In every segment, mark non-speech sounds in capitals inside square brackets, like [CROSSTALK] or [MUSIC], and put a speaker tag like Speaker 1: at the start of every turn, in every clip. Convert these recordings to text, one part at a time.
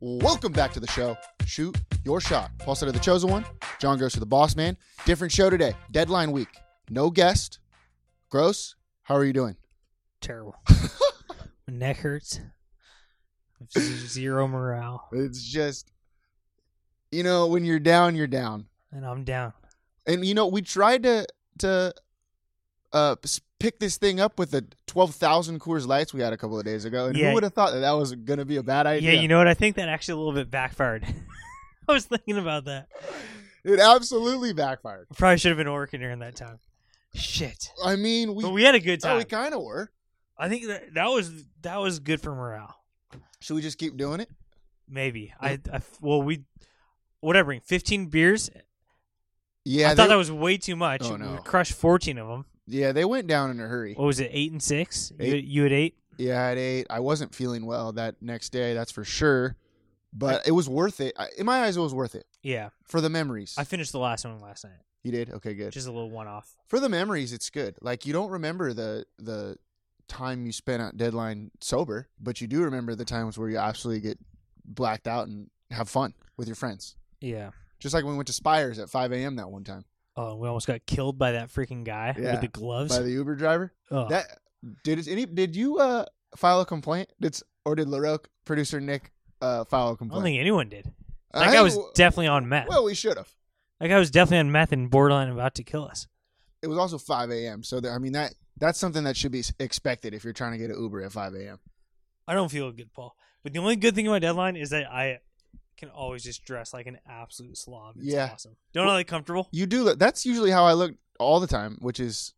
Speaker 1: Welcome back to the show, Shoot Your Shot. Paul Sutter, the chosen one. John goes to the boss man. Different show today, deadline week. No guest. Gross, how are you doing?
Speaker 2: terrible. My neck hurts. I've z- Zero morale,
Speaker 1: It's just, you know, when you're down, you're down.
Speaker 2: and I'm down.
Speaker 1: and you know we tried to to uh s- pick this thing up with the 12,000 Coors Lights we had a couple of days ago and
Speaker 2: Yeah.
Speaker 1: who would have thought that that was going to be a bad idea
Speaker 2: Yeah, you know what? I think that actually a little bit backfired. [LAUGHS] I was thinking about that.
Speaker 1: it absolutely backfired
Speaker 2: I probably should have been working during that time. Shit,
Speaker 1: i mean we
Speaker 2: but we had a good
Speaker 1: oh,
Speaker 2: time.
Speaker 1: we kind of were
Speaker 2: I think that that was that was good for morale.
Speaker 1: should we just keep doing it
Speaker 2: Maybe I, I well we what I bring fifteen beers.
Speaker 1: yeah
Speaker 2: I thought
Speaker 1: they,
Speaker 2: that was way too much.
Speaker 1: Oh,
Speaker 2: We
Speaker 1: no.
Speaker 2: crushed fourteen of them.
Speaker 1: yeah they went down in a hurry
Speaker 2: What was it? Eight and six. You,
Speaker 1: Eight.
Speaker 2: you had eight.
Speaker 1: yeah at 8 i wasn't feeling well that next day that's for sure but it was worth it I, in my eyes it was worth it
Speaker 2: Yeah,
Speaker 1: for the memories
Speaker 2: I finished the last one last night.
Speaker 1: you did okay good
Speaker 2: Just a little one off.
Speaker 1: for the memories it's good like you don't remember the the time you spent at deadline sober but you do remember the times where you absolutely get blacked out and have fun with your friends
Speaker 2: Yeah.
Speaker 1: just like when we went to spires at 5 a.m that one time
Speaker 2: Oh, we almost got killed by that freaking guy
Speaker 1: Yeah,
Speaker 2: with the gloves.
Speaker 1: by the uber driver
Speaker 2: Ugh.
Speaker 1: that did it any did you uh file a complaint did s- or did laroque producer nick uh file a
Speaker 2: I don't
Speaker 1: complaint
Speaker 2: think anyone did.
Speaker 1: I
Speaker 2: That guy
Speaker 1: think
Speaker 2: was
Speaker 1: w-
Speaker 2: definitely on meth.
Speaker 1: well we should have
Speaker 2: that guy was definitely on meth and borderline about to kill us.
Speaker 1: it was also 5 a.m so that, i mean that that's something that should be s- expected if you're trying to get an uber at 5 a.m
Speaker 2: I don't feel good, Paul. But the only good thing about deadline is that I can always just dress like an absolute slob. It's
Speaker 1: Yeah.
Speaker 2: awesome. Don't I look comfortable?
Speaker 1: You do look. That's usually how I look all the time, which is.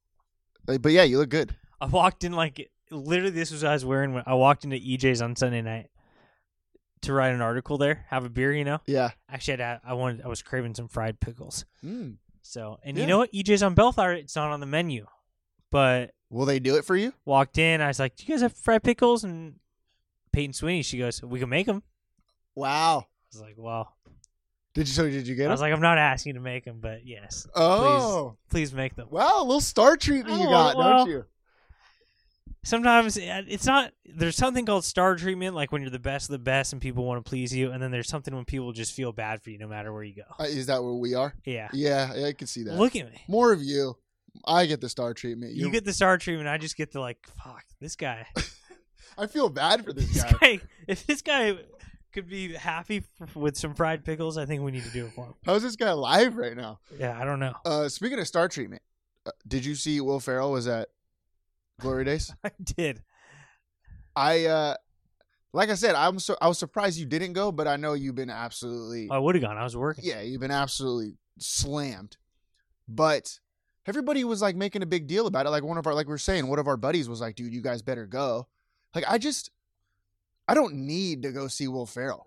Speaker 1: like, But yeah, you look good.
Speaker 2: I walked in like literally this was what I was wearing when I walked into EJ's on Sunday night to write an article there, have a beer, you know.
Speaker 1: Yeah.
Speaker 2: Actually, I had, I wanted I was craving some fried pickles.
Speaker 1: Hmm.
Speaker 2: So, and
Speaker 1: Yeah.
Speaker 2: you know what? EJ's on Bellflower. It's not on the menu, but
Speaker 1: Will they do it for you?
Speaker 2: walked in. I was like, "Do you guys have fried pickles?" And Peyton Sweeney, she goes, "We can make them."
Speaker 1: Wow.
Speaker 2: I was like, "Well,"
Speaker 1: Did you? So did you get
Speaker 2: I
Speaker 1: them?
Speaker 2: was like, "I'm not asking you to make them, but yes,
Speaker 1: oh.
Speaker 2: please make them."
Speaker 1: Wow, a little star treatment you
Speaker 2: Oh,
Speaker 1: got,
Speaker 2: well.
Speaker 1: don't you?
Speaker 2: Sometimes it- it's not. There's something called star treatment, like when you're the best of the best and people want to please you, and then there's something when people just feel bad for you no matter where you go.
Speaker 1: Uh, is that where we are?
Speaker 2: Yeah,
Speaker 1: Yeah, I can see that.
Speaker 2: look at me.
Speaker 1: More of you. I get the star treatment.
Speaker 2: You
Speaker 1: You're-
Speaker 2: get the star treatment. I just get the like, fuck this guy.
Speaker 1: I feel bad for this
Speaker 2: [LAUGHS] This
Speaker 1: guy.
Speaker 2: guy. If this guy could be happy f- with some fried pickles, I think we need to do it for him.
Speaker 1: How's this guy live right now?
Speaker 2: Yeah, I don't know.
Speaker 1: Uh, speaking of star treatment, uh, did you see Will Ferrell was at Glory
Speaker 2: [LAUGHS]
Speaker 1: Days?
Speaker 2: [LAUGHS] I did.
Speaker 1: I uh, like I said, I'm so I was surprised you didn't go, but I know you've been absolutely
Speaker 2: I would have gone. I was working.
Speaker 1: yeah, you've been absolutely slammed. But everybody was like making a big deal about it. Like one of our, like we are saying, one of our buddies was like, "Dude, you guys better go." Like I just, I don't need to go see Will Ferrell.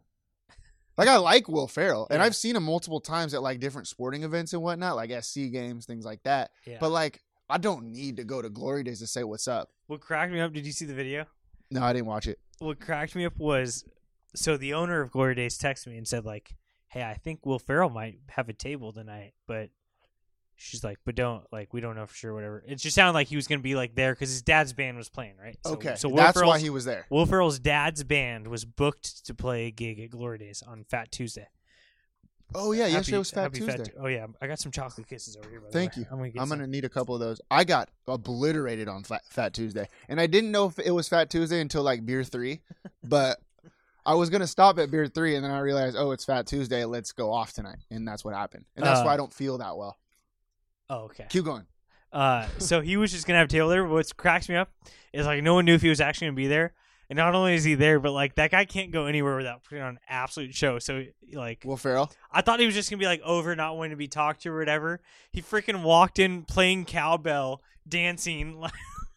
Speaker 1: Like I like Will Ferrell, and
Speaker 2: Yeah.
Speaker 1: I've seen him multiple times at like different sporting events and whatnot, like SC games, things like that.
Speaker 2: Yeah.
Speaker 1: But like, I don't need to go to Glory Days to say what's up.
Speaker 2: What cracked me up? Did you see the video?
Speaker 1: No, I didn't watch it.
Speaker 2: What cracked me up was so the owner of Glory Days texted me and said like, "Hey, I think Will Ferrell might have a table tonight," but she's like, "But don't like we don't know for sure whatever." It just sounded like he was gonna be like there because his dad's band was playing right. So,
Speaker 1: okay,
Speaker 2: so
Speaker 1: so
Speaker 2: Will
Speaker 1: that's why
Speaker 2: Ferrell's-
Speaker 1: he was there.
Speaker 2: Will Ferrell's dad's band was booked to play a gig at Glory Days on Fat Tuesday.
Speaker 1: Oh yeah, yesterday
Speaker 2: Happy-
Speaker 1: was Fat
Speaker 2: happy
Speaker 1: Tuesday.
Speaker 2: Tu- oh yeah, I got some chocolate kisses over here. By the
Speaker 1: Thank
Speaker 2: way.
Speaker 1: you.
Speaker 2: I'm gonna get
Speaker 1: I'm
Speaker 2: some.
Speaker 1: gonna need a couple of those. I got obliterated
Speaker 2: [LAUGHS]
Speaker 1: on Fat, Fat Tuesday, and I didn't know if it was Fat Tuesday until like beer three, but I was gonna stop at beer three, and then I realized, oh, it's Fat Tuesday. Let's go off tonight, and that's what happened. And that's
Speaker 2: Uh.
Speaker 1: why I don't feel that well.
Speaker 2: Oh, okay.
Speaker 1: Keep going.
Speaker 2: Uh, [LAUGHS] so he was just gonna have table there. But what cracks me up is like no one knew if he was actually gonna be there. And not only is he there, but like that guy can't go anywhere without putting on an absolute show. So like,
Speaker 1: Will Ferrell.
Speaker 2: I thought he was just gonna be like over, not wanting to be talked to or whatever. He freaking walked in playing cowbell, dancing [LAUGHS] like,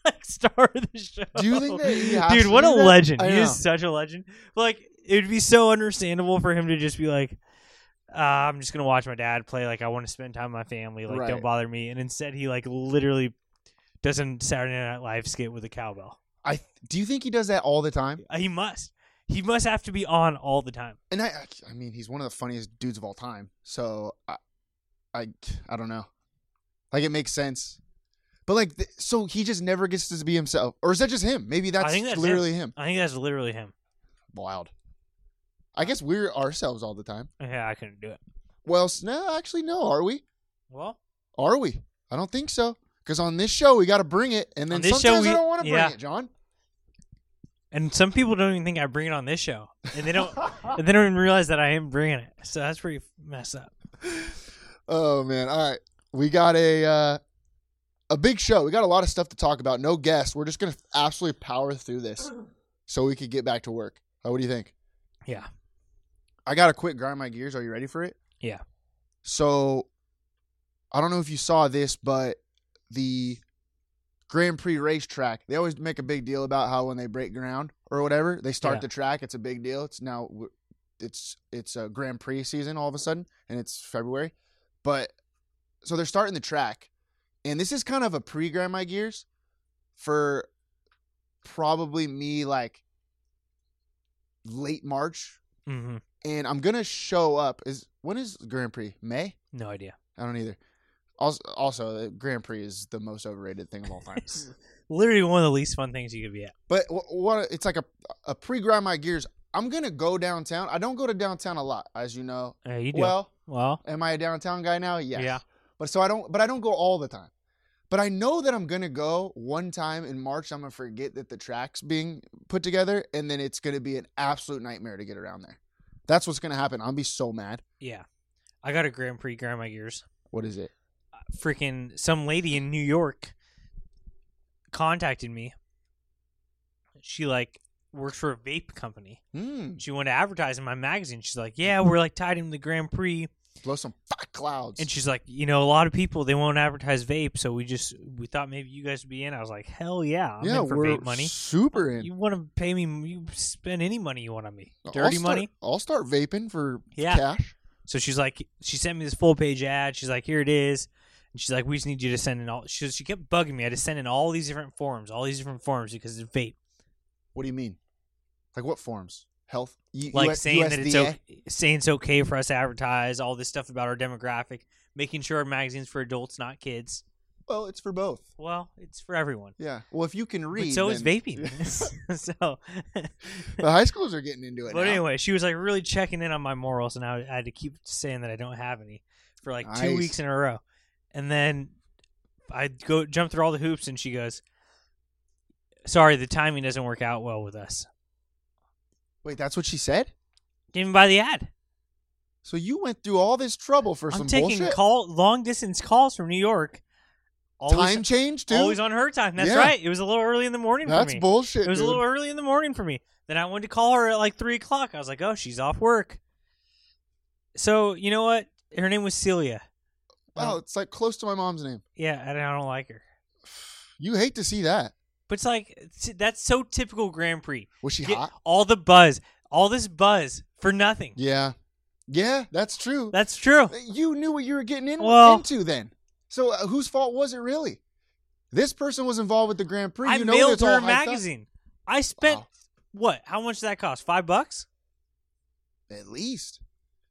Speaker 2: like star of the show.
Speaker 1: Do you think that he has
Speaker 2: Dude,
Speaker 1: to
Speaker 2: what
Speaker 1: do
Speaker 2: a
Speaker 1: that?
Speaker 2: legend!
Speaker 1: I
Speaker 2: He
Speaker 1: know.
Speaker 2: is such a legend. But, like it would be so understandable for him to just be like, uh, "I'm just gonna watch my dad play. Like I want to spend time with my family. Like
Speaker 1: Right.
Speaker 2: don't bother me." And instead, he like literally does a Saturday Night Live skit with a cowbell.
Speaker 1: I do you think he does that all the time?
Speaker 2: Uh, he must. He must have to be on all the time.
Speaker 1: And I, I- I mean, he's one of the funniest dudes of all time. So I, I, I don't know. Like it makes sense, but like, th- so he just never gets to be himself, or is that just him? Maybe that's,
Speaker 2: I think that's
Speaker 1: literally him.
Speaker 2: I think that's literally him.
Speaker 1: Wild. I guess we're ourselves all the time.
Speaker 2: Yeah, I couldn't do it.
Speaker 1: Well, s- no, actually, no. Are we?
Speaker 2: Well,
Speaker 1: Are we? I don't think so. Because on this show, we got to bring it, and then
Speaker 2: On this show,
Speaker 1: sometimes I
Speaker 2: we-
Speaker 1: don't want to
Speaker 2: yeah.
Speaker 1: bring it, John.
Speaker 2: And some people don't even think I bring it on this show, and they don't, and they don't even realize that I am bringing it. So that's pretty messed up.
Speaker 1: Oh man! All right, we got a uh, a big show. We got a lot of stuff to talk about. No guests. We're just gonna absolutely power through this, so we could get back to work. Uh, what do you think?
Speaker 2: Yeah.
Speaker 1: I gotta quit grind my gears. Are you ready for it?
Speaker 2: Yeah.
Speaker 1: So, I don't know if you saw this, but the Grand Prix racetrack. They always make a big deal about how when they break ground or whatever, they start
Speaker 2: Yeah.
Speaker 1: the track. It's a big deal. It's now it's it's a Grand Prix season all of a sudden, and it's February. But so they're starting the track, and this is kind of a pre Grand My Gears for probably me like late March,
Speaker 2: hmm
Speaker 1: and I'm gonna show up. Is when is Grand Prix May?
Speaker 2: No idea.
Speaker 1: I don't either. Also, also uh, Grand Prix is the most overrated thing of all
Speaker 2: [LAUGHS]
Speaker 1: time.
Speaker 2: Literally one of the least fun things you could be at.
Speaker 1: But wh- what it's like a a pre grind my gears. I'm gonna go downtown. I don't go to downtown a lot, as you know.
Speaker 2: Uh, you do.
Speaker 1: Well,
Speaker 2: well,
Speaker 1: am I a downtown guy now? Yes.
Speaker 2: Yeah.
Speaker 1: But so I don't. But I don't go all the time. But I know that I'm gonna go one time in March. I'm gonna forget that the track's being put together, and then it's gonna be an absolute nightmare to get around there. That's what's gonna happen. I'll be so mad.
Speaker 2: yeah. I got a Grand Prix grandma gears.
Speaker 1: What is it?
Speaker 2: Freaking some lady in New York contacted me. She like works for a vape company.
Speaker 1: Hmm.
Speaker 2: She wanted to advertise in my magazine. She's like, "Yeah, we're like tied into the Grand Prix."
Speaker 1: Blow some fuck clouds.
Speaker 2: And she's like, you know, a lot of people they won't advertise vape, so we just we thought maybe you guys would be in. I was like, hell yeah, I'm
Speaker 1: yeah,
Speaker 2: in for
Speaker 1: we're
Speaker 2: vape money.
Speaker 1: super in.
Speaker 2: You want to pay me? You spend any money you want on me, dirty
Speaker 1: I'll start-
Speaker 2: money.
Speaker 1: I'll start vaping for
Speaker 2: Yeah.
Speaker 1: cash.
Speaker 2: So she's like, she sent me this full page ad. She's like, here it is. And she's like, we just need you to send in all. She she kept bugging me. I had to send in all these different forms, all these different forms because it's vape.
Speaker 1: What do you mean? Like what forms? Health? E, U-
Speaker 2: Like
Speaker 1: US
Speaker 2: saying that it's
Speaker 1: USDA?
Speaker 2: okay, saying it's okay for us to advertise all this stuff about our demographic, making sure our magazines for adults, not kids.
Speaker 1: Well, it's for both.
Speaker 2: Well, it's for everyone.
Speaker 1: Yeah. Well, if you can
Speaker 2: But
Speaker 1: read,
Speaker 2: so is
Speaker 1: then-
Speaker 2: vaping. [LAUGHS] so,
Speaker 1: [LAUGHS] the high schools are getting into it.
Speaker 2: but
Speaker 1: now.
Speaker 2: anyway, she was like really checking in on my morals, and I, I had to keep saying that I don't have any for like two
Speaker 1: Nice.
Speaker 2: weeks in a row. And then I go jump through all the hoops, and she goes, "Sorry, the timing doesn't work out well with us."
Speaker 1: wait, that's what she said.
Speaker 2: Didn't even buy the ad.
Speaker 1: So you went through all this trouble for
Speaker 2: I'm
Speaker 1: some
Speaker 2: taking
Speaker 1: bullshit.
Speaker 2: call long distance calls from New York. Always,
Speaker 1: Time change too.
Speaker 2: always on her time. That's
Speaker 1: Yeah.
Speaker 2: right. It was a little early in the morning.
Speaker 1: that's
Speaker 2: for me.
Speaker 1: bullshit. [LAUGHS]
Speaker 2: It was a
Speaker 1: dude.
Speaker 2: little early in the morning for me. Then I went to call her at like three o'clock. I was like, "Oh, she's off work." So you know what? Her name was Celia.
Speaker 1: Wow, it's like close to my mom's name.
Speaker 2: Yeah, and I don't like her.
Speaker 1: You hate to see that.
Speaker 2: But it's like it's- that's so typical Grand Prix.
Speaker 1: Was she
Speaker 2: Get
Speaker 1: hot?
Speaker 2: all the buzz, all this buzz for nothing.
Speaker 1: Yeah. Yeah, that's true. Uh,
Speaker 2: That's true.
Speaker 1: you knew what you were getting in,
Speaker 2: Well-
Speaker 1: into then. So uh, whose fault was it really? This person was involved with the Grand Prix.
Speaker 2: I
Speaker 1: you know
Speaker 2: mailed
Speaker 1: it's
Speaker 2: her
Speaker 1: all
Speaker 2: a
Speaker 1: hyped up.
Speaker 2: magazine. I spent
Speaker 1: Wow.
Speaker 2: what? How much did that cost? Five bucks?
Speaker 1: At least.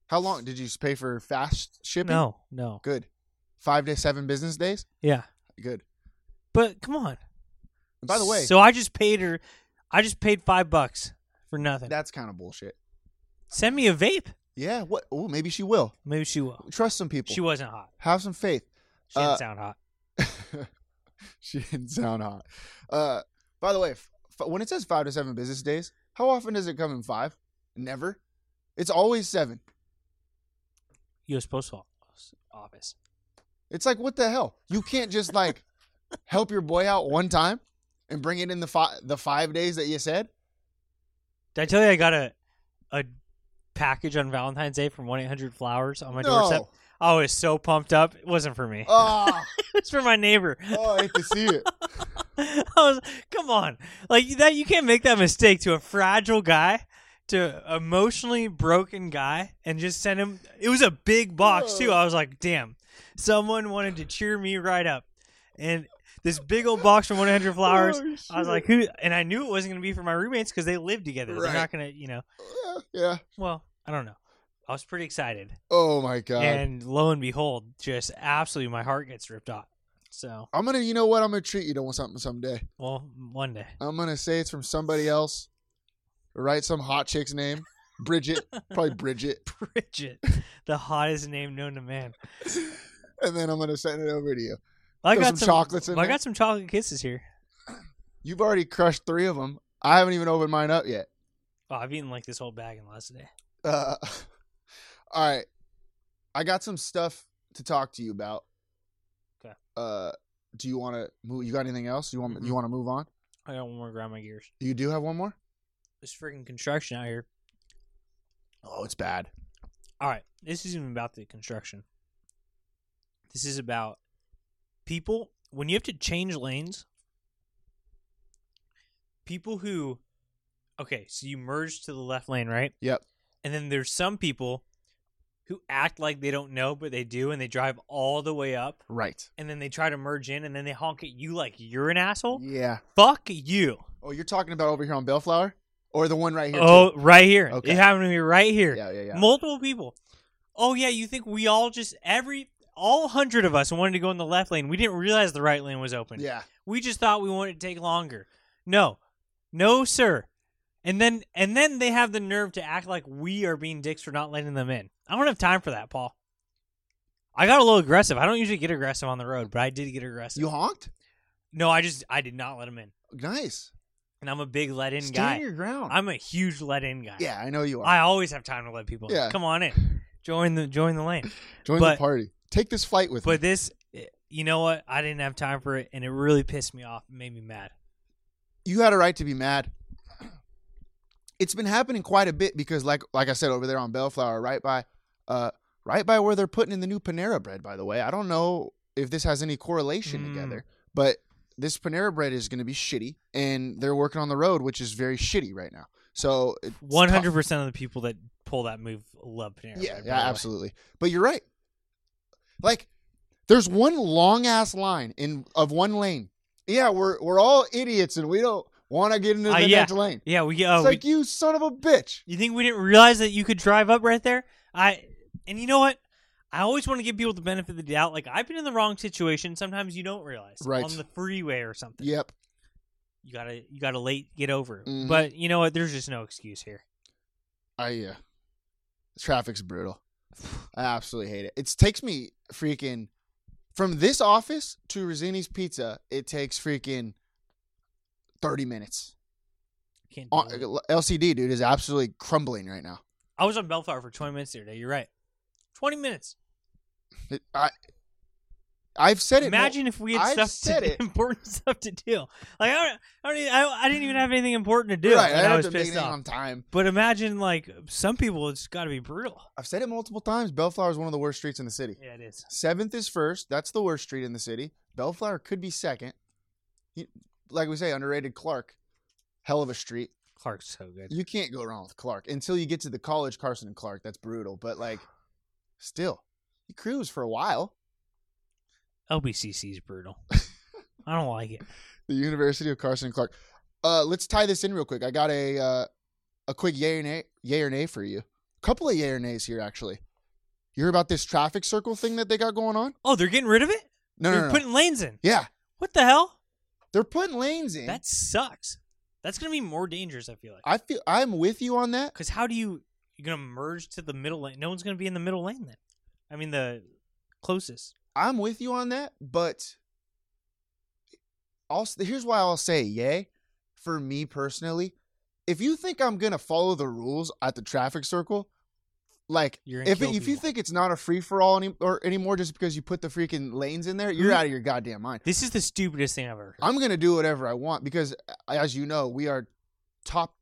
Speaker 1: How long did you s- pay for fast shipping?
Speaker 2: No, no.
Speaker 1: Good. Five to seven business days.
Speaker 2: Yeah,
Speaker 1: Good.
Speaker 2: but come on.
Speaker 1: And by the way,
Speaker 2: so I just paid her. I just paid five bucks for nothing.
Speaker 1: that's kind of bullshit.
Speaker 2: Send me a vape.
Speaker 1: Yeah. What? Oh, maybe she will.
Speaker 2: Maybe she will.
Speaker 1: Trust some people.
Speaker 2: She wasn't hot.
Speaker 1: Have some faith. [LAUGHS]
Speaker 2: She didn't
Speaker 1: Uh,
Speaker 2: sound hot.
Speaker 1: she didn't sound hot. Uh, by the way, f- f- when it says five to seven business days, how often does it come in five? Never. It's always seven.
Speaker 2: U.S. Postal Office.
Speaker 1: It's like what the hell? You can't just
Speaker 2: [LAUGHS]
Speaker 1: like help your boy out one time and bring it in the fi- the five days that you said.
Speaker 2: Did I tell you I got a a package on Valentine's Day from one eight hundred flowers on my doorstep?
Speaker 1: [LAUGHS] No.
Speaker 2: I was so pumped up. It wasn't for [LAUGHS] me.
Speaker 1: Oh,
Speaker 2: it's for my neighbor.
Speaker 1: oh, I hate to see it.
Speaker 2: [LAUGHS] I was, come on, like that. You can't make that mistake to a fragile guy, to emotionally broken guy, and just send him. It was a big box too. I was like, damn, someone wanted to cheer me right up, and this big old box from 100 Flowers. I was like, who? And I knew it wasn't gonna be for my roommates because they live together.
Speaker 1: Right.
Speaker 2: They're not gonna, you know.
Speaker 1: Yeah.
Speaker 2: Well, I don't know. I was pretty excited,
Speaker 1: Oh my god.
Speaker 2: and lo and behold, just absolutely my heart gets ripped off. So,
Speaker 1: I'm gonna, you know what? I'm gonna treat you to something someday.
Speaker 2: well, one day.
Speaker 1: I'm gonna say it's from somebody else. Write some hot chick's name,
Speaker 2: [LAUGHS]
Speaker 1: Bridget, probably Bridget,
Speaker 2: Bridget, the hottest name known to man.
Speaker 1: [LAUGHS] and then I'm gonna send it over to you.
Speaker 2: I
Speaker 1: Throw
Speaker 2: got
Speaker 1: some chocolates in
Speaker 2: I
Speaker 1: there.
Speaker 2: got some chocolate kisses here.
Speaker 1: You've already crushed three of them. I haven't even opened mine up yet. [LAUGHS]
Speaker 2: Oh, I've eaten like this whole bag in the last day.
Speaker 1: Uh, all right, I got some stuff to talk to you about.
Speaker 2: 'Kay.
Speaker 1: Uh, do you want to move? You got anything else? You want you want to move on?
Speaker 2: I got one more grandma gears.
Speaker 1: You do have one more.
Speaker 2: This freaking construction out here.
Speaker 1: Oh, it's bad.
Speaker 2: All right, this isn't even about the construction. This is about people when you have to change lanes. People who, okay, so you merge to the left lane, right?
Speaker 1: Yep.
Speaker 2: And then there's some people who act like they don't know, but they do, and they drive all the way up.
Speaker 1: Right.
Speaker 2: and then they try to merge in and then they honk at you like you're an asshole.
Speaker 1: Yeah.
Speaker 2: Fuck you.
Speaker 1: Oh, you're talking about over here on Bellflower, or the one right here?
Speaker 2: Oh, right here.
Speaker 1: Okay.
Speaker 2: It happened to me right here.
Speaker 1: Yeah, yeah, yeah.
Speaker 2: Multiple people. Oh yeah, you think we all just every all hundred of us wanted to go in the left lane. We didn't realize the right lane was
Speaker 1: too?
Speaker 2: open.
Speaker 1: Yeah.
Speaker 2: We just thought we wanted to take longer. No. No, sir. And then and then they have the nerve to act like we are being dicks for not letting them in. I don't have time for that, Paul. I got a little aggressive. I don't usually get aggressive on the road, but I did get aggressive.
Speaker 1: You honked.
Speaker 2: no, I just I did not let him in.
Speaker 1: Nice.
Speaker 2: and I'm a big let in
Speaker 1: Stand
Speaker 2: guy.
Speaker 1: your ground.
Speaker 2: I'm a huge let in guy.
Speaker 1: yeah, I know you are.
Speaker 2: I always have time to let people. in.
Speaker 1: Yeah.
Speaker 2: come on in, join the join the lane.
Speaker 1: Join the
Speaker 2: but-
Speaker 1: party. Take this flight with me.
Speaker 2: But this, eh, you know what? I didn't have time for it, and it really pissed me off, and made me mad.
Speaker 1: You had a right to be mad. It's been happening quite a bit because, like, like I said, over there on Bellflower, right by, uh, right by where they're putting in the new Panera bread. By the way, I don't know if this has any correlation
Speaker 2: Mm.
Speaker 1: together, but this Panera bread is going to be shitty, and they're working on the road, which is very shitty right now. So it's tough.
Speaker 2: One hundred percent of the people that pull that move love Panera.
Speaker 1: Yeah,
Speaker 2: Bread, by
Speaker 1: yeah,
Speaker 2: the way.
Speaker 1: absolutely. But you're right. Like, there's one long ass line in of one lane. Yeah, we're we're all idiots and we don't want to get into the
Speaker 2: Uh, yeah.
Speaker 1: next lane.
Speaker 2: Yeah, we. Uh,
Speaker 1: it's
Speaker 2: we-
Speaker 1: like you son of a bitch.
Speaker 2: you think we didn't realize that you could drive up right there? I, and you know what? I always want to give people the benefit of the doubt. Like I've been in the wrong situation. Sometimes you don't realize
Speaker 1: Right.
Speaker 2: on the freeway or something.
Speaker 1: Yep.
Speaker 2: you gotta you gotta late get over. it.
Speaker 1: Mhm.
Speaker 2: But you know what? There's just no excuse here.
Speaker 1: I yeah. Traffic's brutal. [SIGHS] I absolutely hate it. It takes me freaking from this office to Rosini's Pizza. It takes freaking thirty minutes. Uh,
Speaker 2: Can't do
Speaker 1: On-
Speaker 2: it.
Speaker 1: LCD dude is absolutely crumbling right now.
Speaker 2: I was on Bellflower for 20 minutes the other day. You're right. 20 minutes.
Speaker 1: It- I I've said it. mul-
Speaker 2: Imagine if we had
Speaker 1: I've
Speaker 2: stuff
Speaker 1: said
Speaker 2: [LAUGHS] to,
Speaker 1: it.
Speaker 2: important stuff to do. Like I don't, I, don't even, I, I didn't even have anything important to do.
Speaker 1: Right,
Speaker 2: and
Speaker 1: I,
Speaker 2: I
Speaker 1: have
Speaker 2: was
Speaker 1: to make
Speaker 2: pissed
Speaker 1: anything
Speaker 2: off.
Speaker 1: on time.
Speaker 2: But imagine like some people, it's got to be brutal.
Speaker 1: I've said it multiple times. Bellflower is one of the worst streets in the city.
Speaker 2: Yeah, it is.
Speaker 1: Seventh is first. That's the worst street in the city. Bellflower could be second. You- like we say, underrated Clark. Hell of a street.
Speaker 2: Clark's so good.
Speaker 1: You can't go wrong with Clark until you get to the college Carson and Clark. That's brutal. But like, still, you cruise for a while.
Speaker 2: LBCC's
Speaker 1: [LAUGHS]
Speaker 2: brutal. I don't like it.
Speaker 1: The University of Carson and Clark. Uh, let's tie this in real quick. I got a uh, a quick yay or nay, yay or nay for you. A couple of yay or nays here actually. You hear about this traffic circle thing that they got going on?
Speaker 2: Oh, they're getting rid of it.
Speaker 1: No, no,
Speaker 2: they're
Speaker 1: no, no.
Speaker 2: putting lanes in.
Speaker 1: Yeah,
Speaker 2: What the hell?
Speaker 1: they're putting lanes in.
Speaker 2: That sucks. That's gonna be more dangerous. I feel like.
Speaker 1: I feel I'm with you on that.
Speaker 2: Because how do you you're gonna merge to the middle lane? No one's gonna be in the middle lane then. I mean the closest.
Speaker 1: I'm with you on that, but also here's why I'll say yay for me personally. if you think I'm gonna follow the rules at the traffic circle, like
Speaker 2: You're gonna
Speaker 1: if
Speaker 2: kill
Speaker 1: it, if you
Speaker 2: people.
Speaker 1: think it's not a free for all any, or anymore just because you put the freaking lanes in there, you're
Speaker 2: Mm-hmm.
Speaker 1: out of your goddamn mind.
Speaker 2: This is the stupidest thing I've ever heard.
Speaker 1: I'm gonna do whatever I want because, as you know, we are top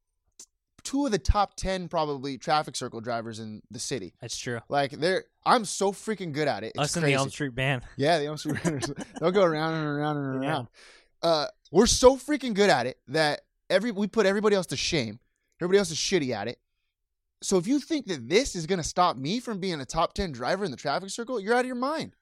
Speaker 1: two of the top ten probably traffic circle drivers in the city.
Speaker 2: That's true.
Speaker 1: Like they're I'm so freaking good at it. It's
Speaker 2: Us and
Speaker 1: crazy.
Speaker 2: the Elm Street band.
Speaker 1: Yeah, the Elm Street Runners. [LAUGHS] They'll go around and around and
Speaker 2: Yeah.
Speaker 1: around. Uh, we're so freaking good at it that every we put everybody else to shame. Everybody else is shitty at it. So if you think that this is gonna stop me from being a top ten driver in the traffic circle, you're out of your mind.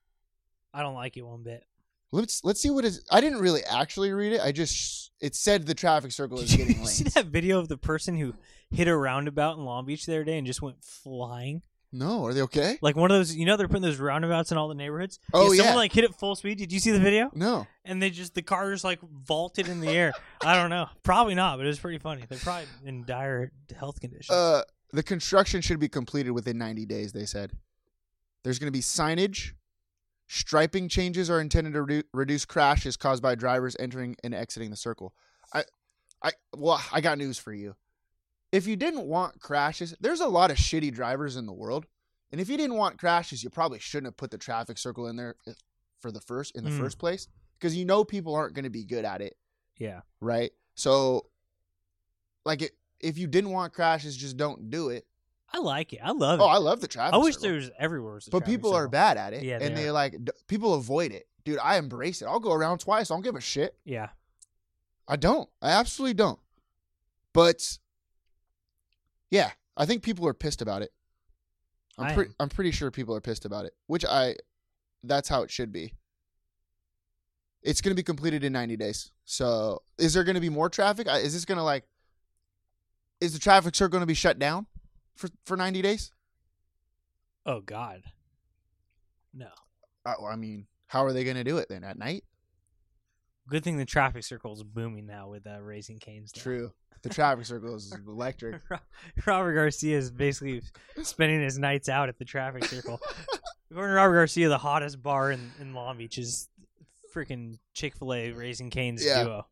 Speaker 2: I don't like it one bit.
Speaker 1: Let's let's see what is. I didn't really actually read it. I just it said the traffic circle is
Speaker 2: Did
Speaker 1: getting
Speaker 2: [LAUGHS] you see
Speaker 1: lanes.
Speaker 2: that video of the person who hit a roundabout in Long Beach the other day and just went flying?
Speaker 1: No, are they okay?
Speaker 2: Like one of those, you know, they're putting those roundabouts in all the neighborhoods.
Speaker 1: Oh, yeah.
Speaker 2: Someone like hit it full speed. Did you see the video?
Speaker 1: No.
Speaker 2: And they just the car just like vaulted in the
Speaker 1: [LAUGHS]
Speaker 2: air. I don't know. Probably not, but it was pretty funny. They're probably in dire health condition.
Speaker 1: Uh, the construction should be completed within 90 days. They said there's going to be signage. Striping changes are intended to redu- reduce crashes caused by drivers entering and exiting the circle. I, I, well, I got news for you. If you didn't want crashes, there's a lot of shitty drivers in the world, and if you didn't want crashes, you probably shouldn't have put the traffic circle in there eh, for the first in the
Speaker 2: Mm.
Speaker 1: first place because you know people aren't going to be good at it
Speaker 2: yeah.
Speaker 1: right? So, like, it, if you didn't want crashes, just don't do it.
Speaker 2: I like it. I love it.
Speaker 1: Oh, I love the traffic.
Speaker 2: I wish
Speaker 1: circle.
Speaker 2: there was everywhere. was a
Speaker 1: but
Speaker 2: traffic
Speaker 1: people are
Speaker 2: circle.
Speaker 1: bad at it,
Speaker 2: Yeah, they
Speaker 1: and they
Speaker 2: are.
Speaker 1: like d- people avoid it. Dude, I embrace it. I'll go around twice. I don't give a shit.
Speaker 2: Yeah.
Speaker 1: I don't. I absolutely don't. But yeah, I think people are pissed about it.
Speaker 2: I
Speaker 1: I'm pretty.
Speaker 2: am.
Speaker 1: I'm pretty sure people are pissed about it, which I. That's how it should be. It's going to be completed in 90 days. So, is there going to be more traffic? I- Is this going to like? Is the traffic circle going to be shut down for for 90 days?
Speaker 2: Oh God. No.
Speaker 1: I, I mean, how are they going to do it then? At night?
Speaker 2: Good thing the traffic circle is booming now with uh, Raising Cane's. down.
Speaker 1: True.
Speaker 2: [LAUGHS]
Speaker 1: The traffic circle is electric.
Speaker 2: Ro- Robert Garcia is basically spending his nights out at the traffic circle. According to Robert Garcia, the hottest bar in, in Long Beach is freaking Chick fil A Raising Cane's
Speaker 1: Yeah.
Speaker 2: duo.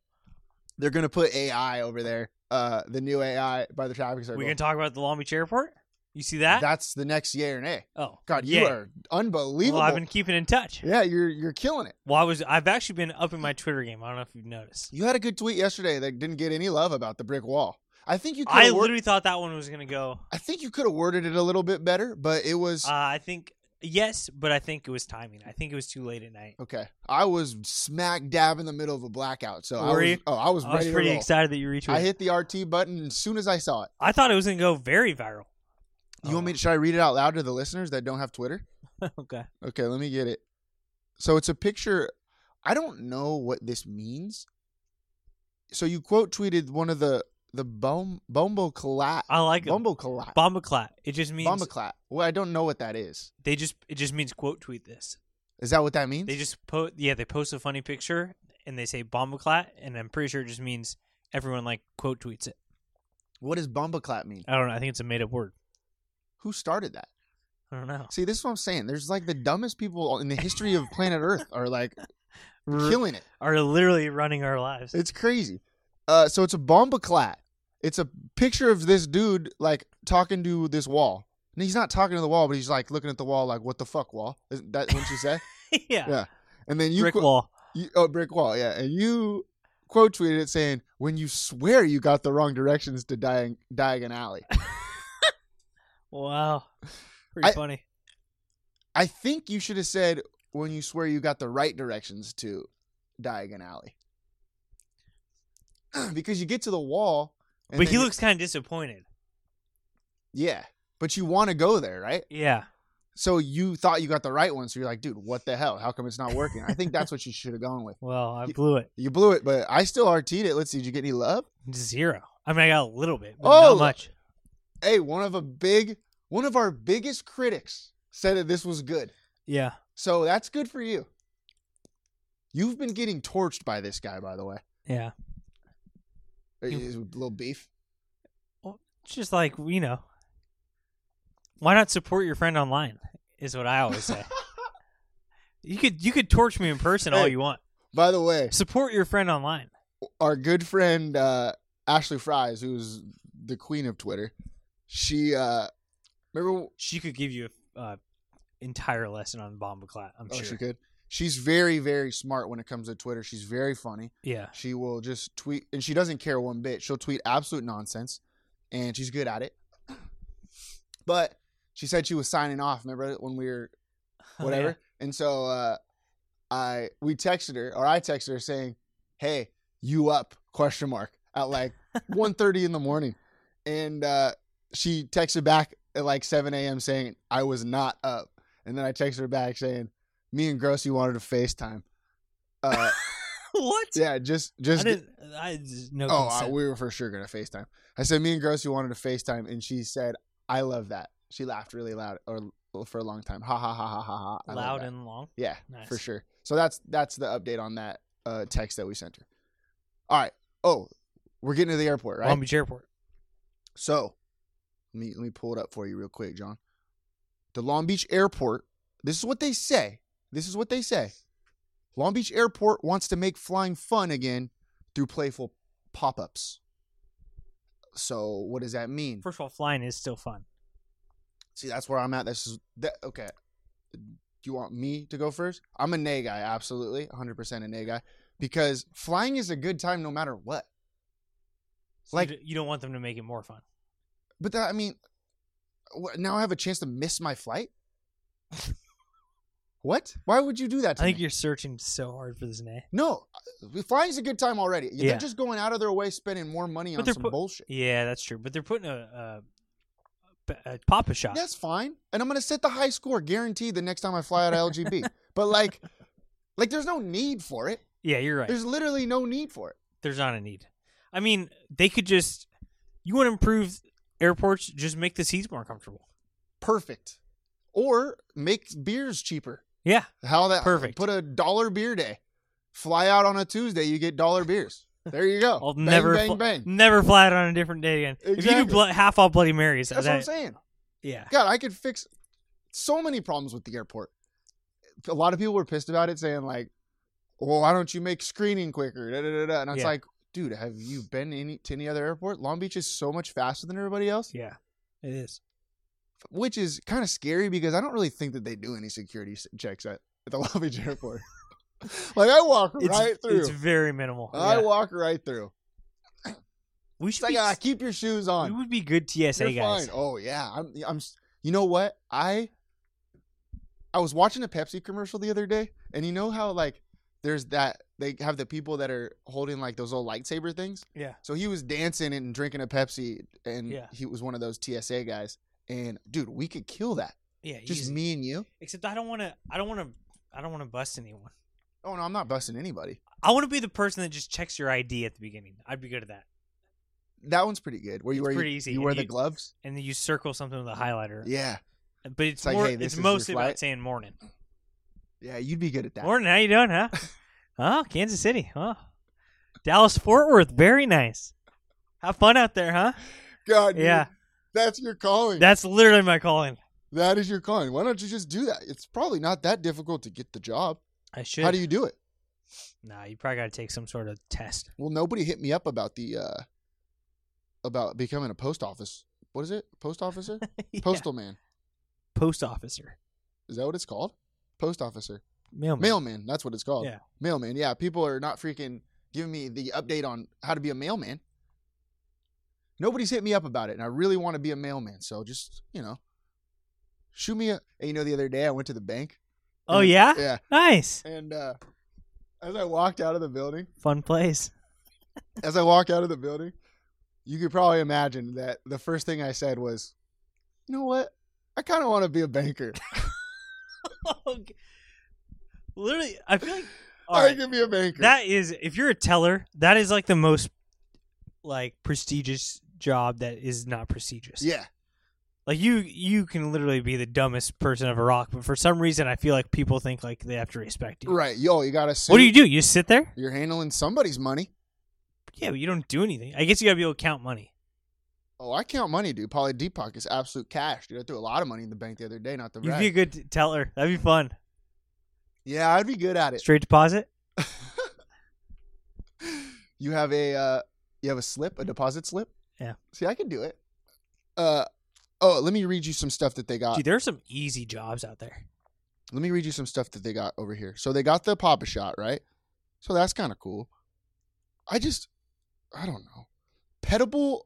Speaker 1: They're gonna put AI over there. Uh, the new AI by the traffic circle.
Speaker 2: We can talk about the Long Beach airport? You see that?
Speaker 1: That's the next year and a.
Speaker 2: oh.
Speaker 1: God, you
Speaker 2: yeah.
Speaker 1: are unbelievable.
Speaker 2: Well, I've been keeping in touch.
Speaker 1: Yeah, you're you're killing it.
Speaker 2: Well, I was I've actually been up in my Twitter game. I don't know if you've noticed.
Speaker 1: You had a good tweet yesterday that didn't get any love about the brick wall. I think you could
Speaker 2: I
Speaker 1: have
Speaker 2: literally thought that one was gonna go.
Speaker 1: I think you could have worded it a little bit better, but it was
Speaker 2: Uh, I think yes, but I think it was timing. I think it was too late at night.
Speaker 1: okay. I was smack dab in the middle of a blackout, so I
Speaker 2: Were
Speaker 1: was
Speaker 2: you?
Speaker 1: oh I was
Speaker 2: I was
Speaker 1: ready
Speaker 2: pretty
Speaker 1: to roll.
Speaker 2: excited that you retweeted.
Speaker 1: I hit the RT button as soon as I saw it.
Speaker 2: I thought it was gonna go very viral.
Speaker 1: You
Speaker 2: Oh.
Speaker 1: want me? To, should I read it out loud to the listeners that don't have Twitter?
Speaker 2: [LAUGHS] okay.
Speaker 1: Okay, let me get it. So it's a picture. I don't know what this means. So you quote tweeted one of the the bom bombo collat.
Speaker 2: I like it.
Speaker 1: bombo collat.
Speaker 2: Bombaclat. It just means
Speaker 1: Bomba clap. Well, I don't know what that is.
Speaker 2: they just it just means quote tweet this.
Speaker 1: Is that what that means?
Speaker 2: They just post yeah they post a funny picture and they say bombaclat and I'm pretty sure it just means everyone like quote tweets it.
Speaker 1: what does bomba clap mean?
Speaker 2: I don't know. I think it's a made up word.
Speaker 1: Who started that?
Speaker 2: I don't know.
Speaker 1: See, this is what I'm saying. There's like the dumbest people in the history of planet Earth are
Speaker 2: [LAUGHS]
Speaker 1: like
Speaker 2: R-
Speaker 1: killing it.
Speaker 2: are literally running our lives.
Speaker 1: It's crazy. Uh, so it's a bomba clap. It's a picture of this dude like talking to this wall. And he's not talking to the wall, but he's like looking at the wall, like "What the fuck, wall?" Isn't that what you
Speaker 2: [LAUGHS]
Speaker 1: said?
Speaker 2: [LAUGHS] yeah.
Speaker 1: yeah. And then you
Speaker 2: Brick
Speaker 1: qu-
Speaker 2: wall.
Speaker 1: You, oh, brick wall. Yeah, and you quote tweeted it saying, "When you swear you got the wrong directions to Diag- Diagon Alley."
Speaker 2: Wow. Pretty
Speaker 1: I-
Speaker 2: funny.
Speaker 1: I think you should have said, "When you swear you got the right directions to Diagon Alley," [CLEARS THROAT] because you get to the wall. and
Speaker 2: But he
Speaker 1: then-
Speaker 2: looks kind of disappointed.
Speaker 1: Yeah, but you want to go there, right?
Speaker 2: Yeah.
Speaker 1: So you thought you got the right one, so you're like, "Dude, what the hell? How come it's not working?" I think that's what you should have gone with.
Speaker 2: Well, I
Speaker 1: You-
Speaker 2: blew it.
Speaker 1: You blew it, but I still RT'd it. Let's see, did you get any love?
Speaker 2: Zero. I mean, I got a little bit, but
Speaker 1: Oh!
Speaker 2: not much.
Speaker 1: hey, one of a big one of our biggest critics said that this was good.
Speaker 2: Yeah.
Speaker 1: So that's good for you. You've been getting torched by this guy, by the way.
Speaker 2: Yeah.
Speaker 1: Uh,
Speaker 2: You-
Speaker 1: is it a little beef.
Speaker 2: It's just like you know why not support your friend online is what i always
Speaker 1: [LAUGHS]
Speaker 2: say you could you could torch me in person all
Speaker 1: Hey.
Speaker 2: you want
Speaker 1: By the way,
Speaker 2: support your friend online
Speaker 1: our good friend uh Ashley Fries, who's the queen of Twitter, she uh remember
Speaker 2: She could give you a uh, entire lesson on Bombaclat. I'm
Speaker 1: oh,
Speaker 2: sure.
Speaker 1: she could. She's very, very smart when it comes to Twitter. She's very funny. [LAUGHS]
Speaker 2: Yeah.
Speaker 1: She will just tweet and she doesn't care one bit. She'll tweet absolute nonsense and she's good at it. [CLEARS THROAT] But she said she was signing off, remember when we were
Speaker 2: [LAUGHS] Oh,
Speaker 1: whatever.
Speaker 2: yeah.
Speaker 1: And so uh, I we texted her or I texted her saying, "Hey, you up?" question mark at
Speaker 2: [LAUGHS]
Speaker 1: like 1.30 in the morning, and uh, she texted back at like seven a.m. saying I was not up, and then I texted her back saying, "Me and Grossy wanted to FaceTime."
Speaker 2: [LAUGHS]
Speaker 1: Uh,
Speaker 2: what?
Speaker 1: yeah, just
Speaker 2: I
Speaker 1: just
Speaker 2: didn't. I no.
Speaker 1: oh, I,
Speaker 2: consent.
Speaker 1: we were for sure gonna FaceTime. I said, "Me and Grossy wanted to FaceTime," and she said, "I love that." She laughed really loud or for a long time. Ha ha ha ha ha ha. I love
Speaker 2: loud
Speaker 1: that.
Speaker 2: and long.
Speaker 1: Yeah,
Speaker 2: Nice.
Speaker 1: for sure. So that's that's the update on that uh, text that we sent her. All right. Oh, we're getting to the airport, right?
Speaker 2: Long Beach Airport.
Speaker 1: so let me let me pull it up for you real quick, John. The Long Beach Airport. This is what they say. This is what they say. Long Beach Airport wants to make flying fun again through playful pop-ups. So what does that mean?
Speaker 2: First of all, flying is still fun.
Speaker 1: See, that's where I'm at. This is that okay. Do you want me to go first? I'm a nay guy, absolutely, 100% a nay guy, because flying is a good time no matter what.
Speaker 2: So
Speaker 1: Like-
Speaker 2: you, d- you don't want them to make it more fun.
Speaker 1: But that, I mean, what, now I have a chance to miss my flight. [LAUGHS] what? Why would you do that? To
Speaker 2: I think
Speaker 1: me?
Speaker 2: you're searching so hard for this nay.
Speaker 1: no. uh, Flying's a good time already.
Speaker 2: Yeah.
Speaker 1: They're just going out of their way, spending more money
Speaker 2: But
Speaker 1: on
Speaker 2: they're
Speaker 1: some
Speaker 2: pu-
Speaker 1: bullshit.
Speaker 2: Yeah, that's true. But they're putting a, a, a Papa shot.
Speaker 1: That's fine. And I'm gonna set the high score guaranteed the next time I fly out of
Speaker 2: [LAUGHS]
Speaker 1: LGB. but like, like there's no need for it.
Speaker 2: yeah, you're right.
Speaker 1: There's literally no need for it.
Speaker 2: there's not a need. I mean, they could just you want to improve airports, just make the seats more comfortable.
Speaker 1: Perfect. Or make beers cheaper.
Speaker 2: Yeah,
Speaker 1: How that
Speaker 2: Perfect.
Speaker 1: Put a dollar beer day. Fly out on a Tuesday, you get dollar beers. There you go.
Speaker 2: [LAUGHS] I'll
Speaker 1: bang,
Speaker 2: never
Speaker 1: bang
Speaker 2: fl- [LAUGHS]
Speaker 1: bang.
Speaker 2: never fly it on a different day again. If you do
Speaker 1: Exactly.
Speaker 2: blo- half all Bloody Marys,
Speaker 1: That's
Speaker 2: that-
Speaker 1: what I'm saying.
Speaker 2: yeah,
Speaker 1: God, I could fix so many problems with the airport. A lot of people were pissed about it, saying like, "Well, why don't you make screening quicker?" Da, da, da, da. And it's
Speaker 2: Yeah.
Speaker 1: like, dude, have you been any, to any other airport? Long Beach is so much faster than everybody else,
Speaker 2: yeah, it is.
Speaker 1: which is kind of scary because I don't really think that they do any security s- checks at, at the [LAUGHS] Long Beach
Speaker 2: [LAUGHS]
Speaker 1: airport. like I walk
Speaker 2: It's,
Speaker 1: right through.
Speaker 2: it's very minimal.
Speaker 1: I
Speaker 2: Yeah.
Speaker 1: walk right through.
Speaker 2: we
Speaker 1: It's
Speaker 2: should
Speaker 1: like,
Speaker 2: be,
Speaker 1: ah, keep your shoes on.
Speaker 2: we would be good TSA
Speaker 1: You're
Speaker 2: guys.
Speaker 1: fine. Oh yeah, I'm. I'm. s- You know what? I. I was watching a Pepsi commercial the other day, and you know how like there's that they have the people that are holding like those old lightsaber things.
Speaker 2: Yeah.
Speaker 1: So he was dancing and drinking a Pepsi, and
Speaker 2: Yeah.
Speaker 1: he was one of those TSA guys. And dude, we could kill that.
Speaker 2: Yeah,
Speaker 1: Just
Speaker 2: easy.
Speaker 1: me and you.
Speaker 2: Except I don't want to. I don't want to. I don't want to bust anyone.
Speaker 1: Oh no, I'm not busting anybody.
Speaker 2: I want to be the person that just checks your ID at the beginning. I'd be good at that.
Speaker 1: That one's pretty good. Where you
Speaker 2: It's
Speaker 1: wear
Speaker 2: pretty
Speaker 1: you,
Speaker 2: easy,
Speaker 1: you
Speaker 2: and
Speaker 1: wear the
Speaker 2: you-
Speaker 1: gloves.
Speaker 2: And then you circle something with a highlighter.
Speaker 1: Yeah,
Speaker 2: But it's,
Speaker 1: It's like,
Speaker 2: more,
Speaker 1: hey, this
Speaker 2: it's
Speaker 1: is your
Speaker 2: mostly about
Speaker 1: flight.
Speaker 2: saying morning.
Speaker 1: yeah, you'd be good at that.
Speaker 2: Morning, how you doing, huh? [LAUGHS] oh, Kansas City. Oh. Dallas Fort Worth, very nice. Have fun out there, [LAUGHS] huh?
Speaker 1: God, dude,
Speaker 2: Yeah.
Speaker 1: that's your calling.
Speaker 2: That's literally my calling.
Speaker 1: That is your calling. Why don't you just do that? It's probably not that difficult to get the job.
Speaker 2: I should.
Speaker 1: How do you do it?
Speaker 2: Nah, you probably got to take some sort of test.
Speaker 1: Well, nobody hit me up about the uh about becoming a post office. What is it? Post officer?
Speaker 2: [LAUGHS] [LAUGHS] Yeah.
Speaker 1: Postal man.
Speaker 2: Post officer.
Speaker 1: Is that what it's called? Post officer.
Speaker 2: Mailman.
Speaker 1: Mailman, that's what it's called.
Speaker 2: Yeah.
Speaker 1: Mailman. Yeah, people are not freaking giving me the update on how to be a mailman. Nobody's hit me up about it, and I really want to be a mailman. So just, you know, shoot me a. Hey, you know, the other day I went to the bank.
Speaker 2: Oh, yeah?
Speaker 1: Yeah.
Speaker 2: Nice.
Speaker 1: And uh, as I walked out of the building,
Speaker 2: Fun [LAUGHS] place.
Speaker 1: as I walked out of the building, you could probably imagine that the first thing I said was, "You know what? I kind of want to be a banker.
Speaker 2: Okay. Oh, literally, I feel like. [LAUGHS] all
Speaker 1: I
Speaker 2: right.
Speaker 1: can be a banker."
Speaker 2: That is, if you're a teller, that is like the most like prestigious job that is not prestigious.
Speaker 1: yeah,
Speaker 2: Like you, you can literally be the dumbest person of Iraq, but for some reason, I feel like people think like they have to respect you.
Speaker 1: right. Yo, you gotta. Suit.
Speaker 2: What do you do? You just sit there?
Speaker 1: You're handling somebody's money.
Speaker 2: Yeah, but you don't do anything. I guess you gotta be able to count money.
Speaker 1: Oh, I count money, dude. Probably Deepak is absolute cash, dude. I threw a lot of money in the bank the other day, not the
Speaker 2: You'd be a
Speaker 1: right.
Speaker 2: good t- teller. That'd be fun.
Speaker 1: Yeah, I'd be good at it.
Speaker 2: Straight deposit.
Speaker 1: You have a uh, You have a slip, a deposit slip.
Speaker 2: Yeah.
Speaker 1: See, I can do it. Uh, oh, let me read you some stuff that they got.
Speaker 2: Dude, there's some easy jobs out there.
Speaker 1: let me read you some stuff that they got over here. So they got the Papa Shot, right? So that's kind of cool. I just, I don't know. Petable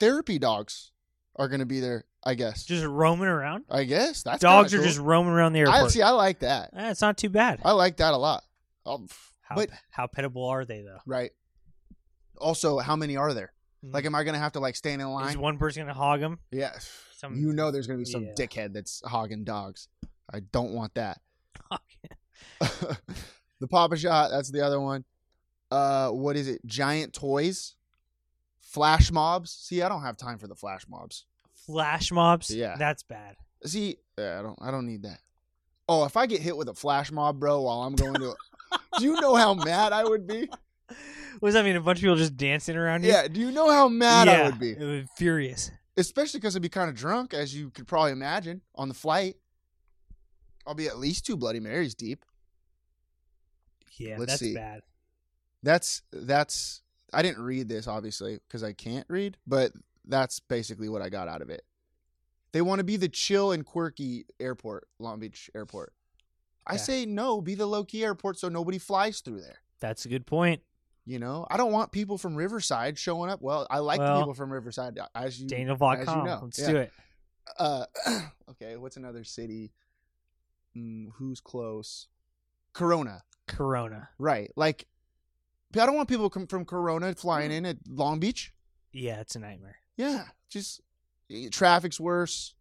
Speaker 1: therapy dogs are going to be there, I guess.
Speaker 2: Just roaming around.
Speaker 1: I guess that's
Speaker 2: Dogs
Speaker 1: kinda
Speaker 2: are
Speaker 1: cool.
Speaker 2: just roaming around the airport.
Speaker 1: I see. I like that.
Speaker 2: Eh, it's not too bad.
Speaker 1: I like that a lot. Um,
Speaker 2: how,
Speaker 1: but
Speaker 2: how pettable are they though?
Speaker 1: right. Also, how many are there?
Speaker 2: Mm.
Speaker 1: Like, am I going to have to like stand in
Speaker 2: Is
Speaker 1: line?
Speaker 2: one person gonna hog them?
Speaker 1: Yeah.
Speaker 2: Some-
Speaker 1: you know, there's going to be some
Speaker 2: Yeah.
Speaker 1: dickhead that's hogging dogs. I don't want that. [LAUGHS] the Papa Shot. That's the other one. Uh, what is it? Giant toys, flash mobs. See, I don't have time for the flash mobs.
Speaker 2: Flash mobs.
Speaker 1: Yeah.
Speaker 2: that's bad. [LAUGHS]
Speaker 1: See, yeah, I don't. I don't need that. Oh, if I get hit with a flash mob, bro, while I'm going
Speaker 2: [LAUGHS]
Speaker 1: to, do you know how mad I would be?
Speaker 2: What does that mean? A bunch of people just dancing around you?
Speaker 1: Yeah. Do you know how mad I
Speaker 2: Yeah,
Speaker 1: would be?
Speaker 2: It would be furious.
Speaker 1: Especially because I'd be kind of drunk, as you could probably imagine, on the flight. I'll be at least two Bloody Marys deep.
Speaker 2: Yeah,
Speaker 1: Let's
Speaker 2: that's
Speaker 1: see.
Speaker 2: bad.
Speaker 1: that's that's i didn't read this obviously because i can't read but that's basically what i got out of it they want to be the chill and quirky airport long beach airport i
Speaker 2: Yeah.
Speaker 1: say no be the low-key airport so nobody flies through there
Speaker 2: That's a good point.
Speaker 1: you know i don't want people from riverside showing up well i like
Speaker 2: Well,
Speaker 1: people from riverside uh, as you
Speaker 2: Daniel
Speaker 1: Mm, as
Speaker 2: Vaughn.
Speaker 1: you know.
Speaker 2: Let's
Speaker 1: Yeah.
Speaker 2: do it.
Speaker 1: uh [CLEARS THROAT] okay what's another city mm, who's close corona
Speaker 2: Corona.
Speaker 1: right like i don't want people com- from corona flying
Speaker 2: Mm.
Speaker 1: in at long beach
Speaker 2: Yeah, it's a nightmare.
Speaker 1: Yeah, just eh, traffic's worse.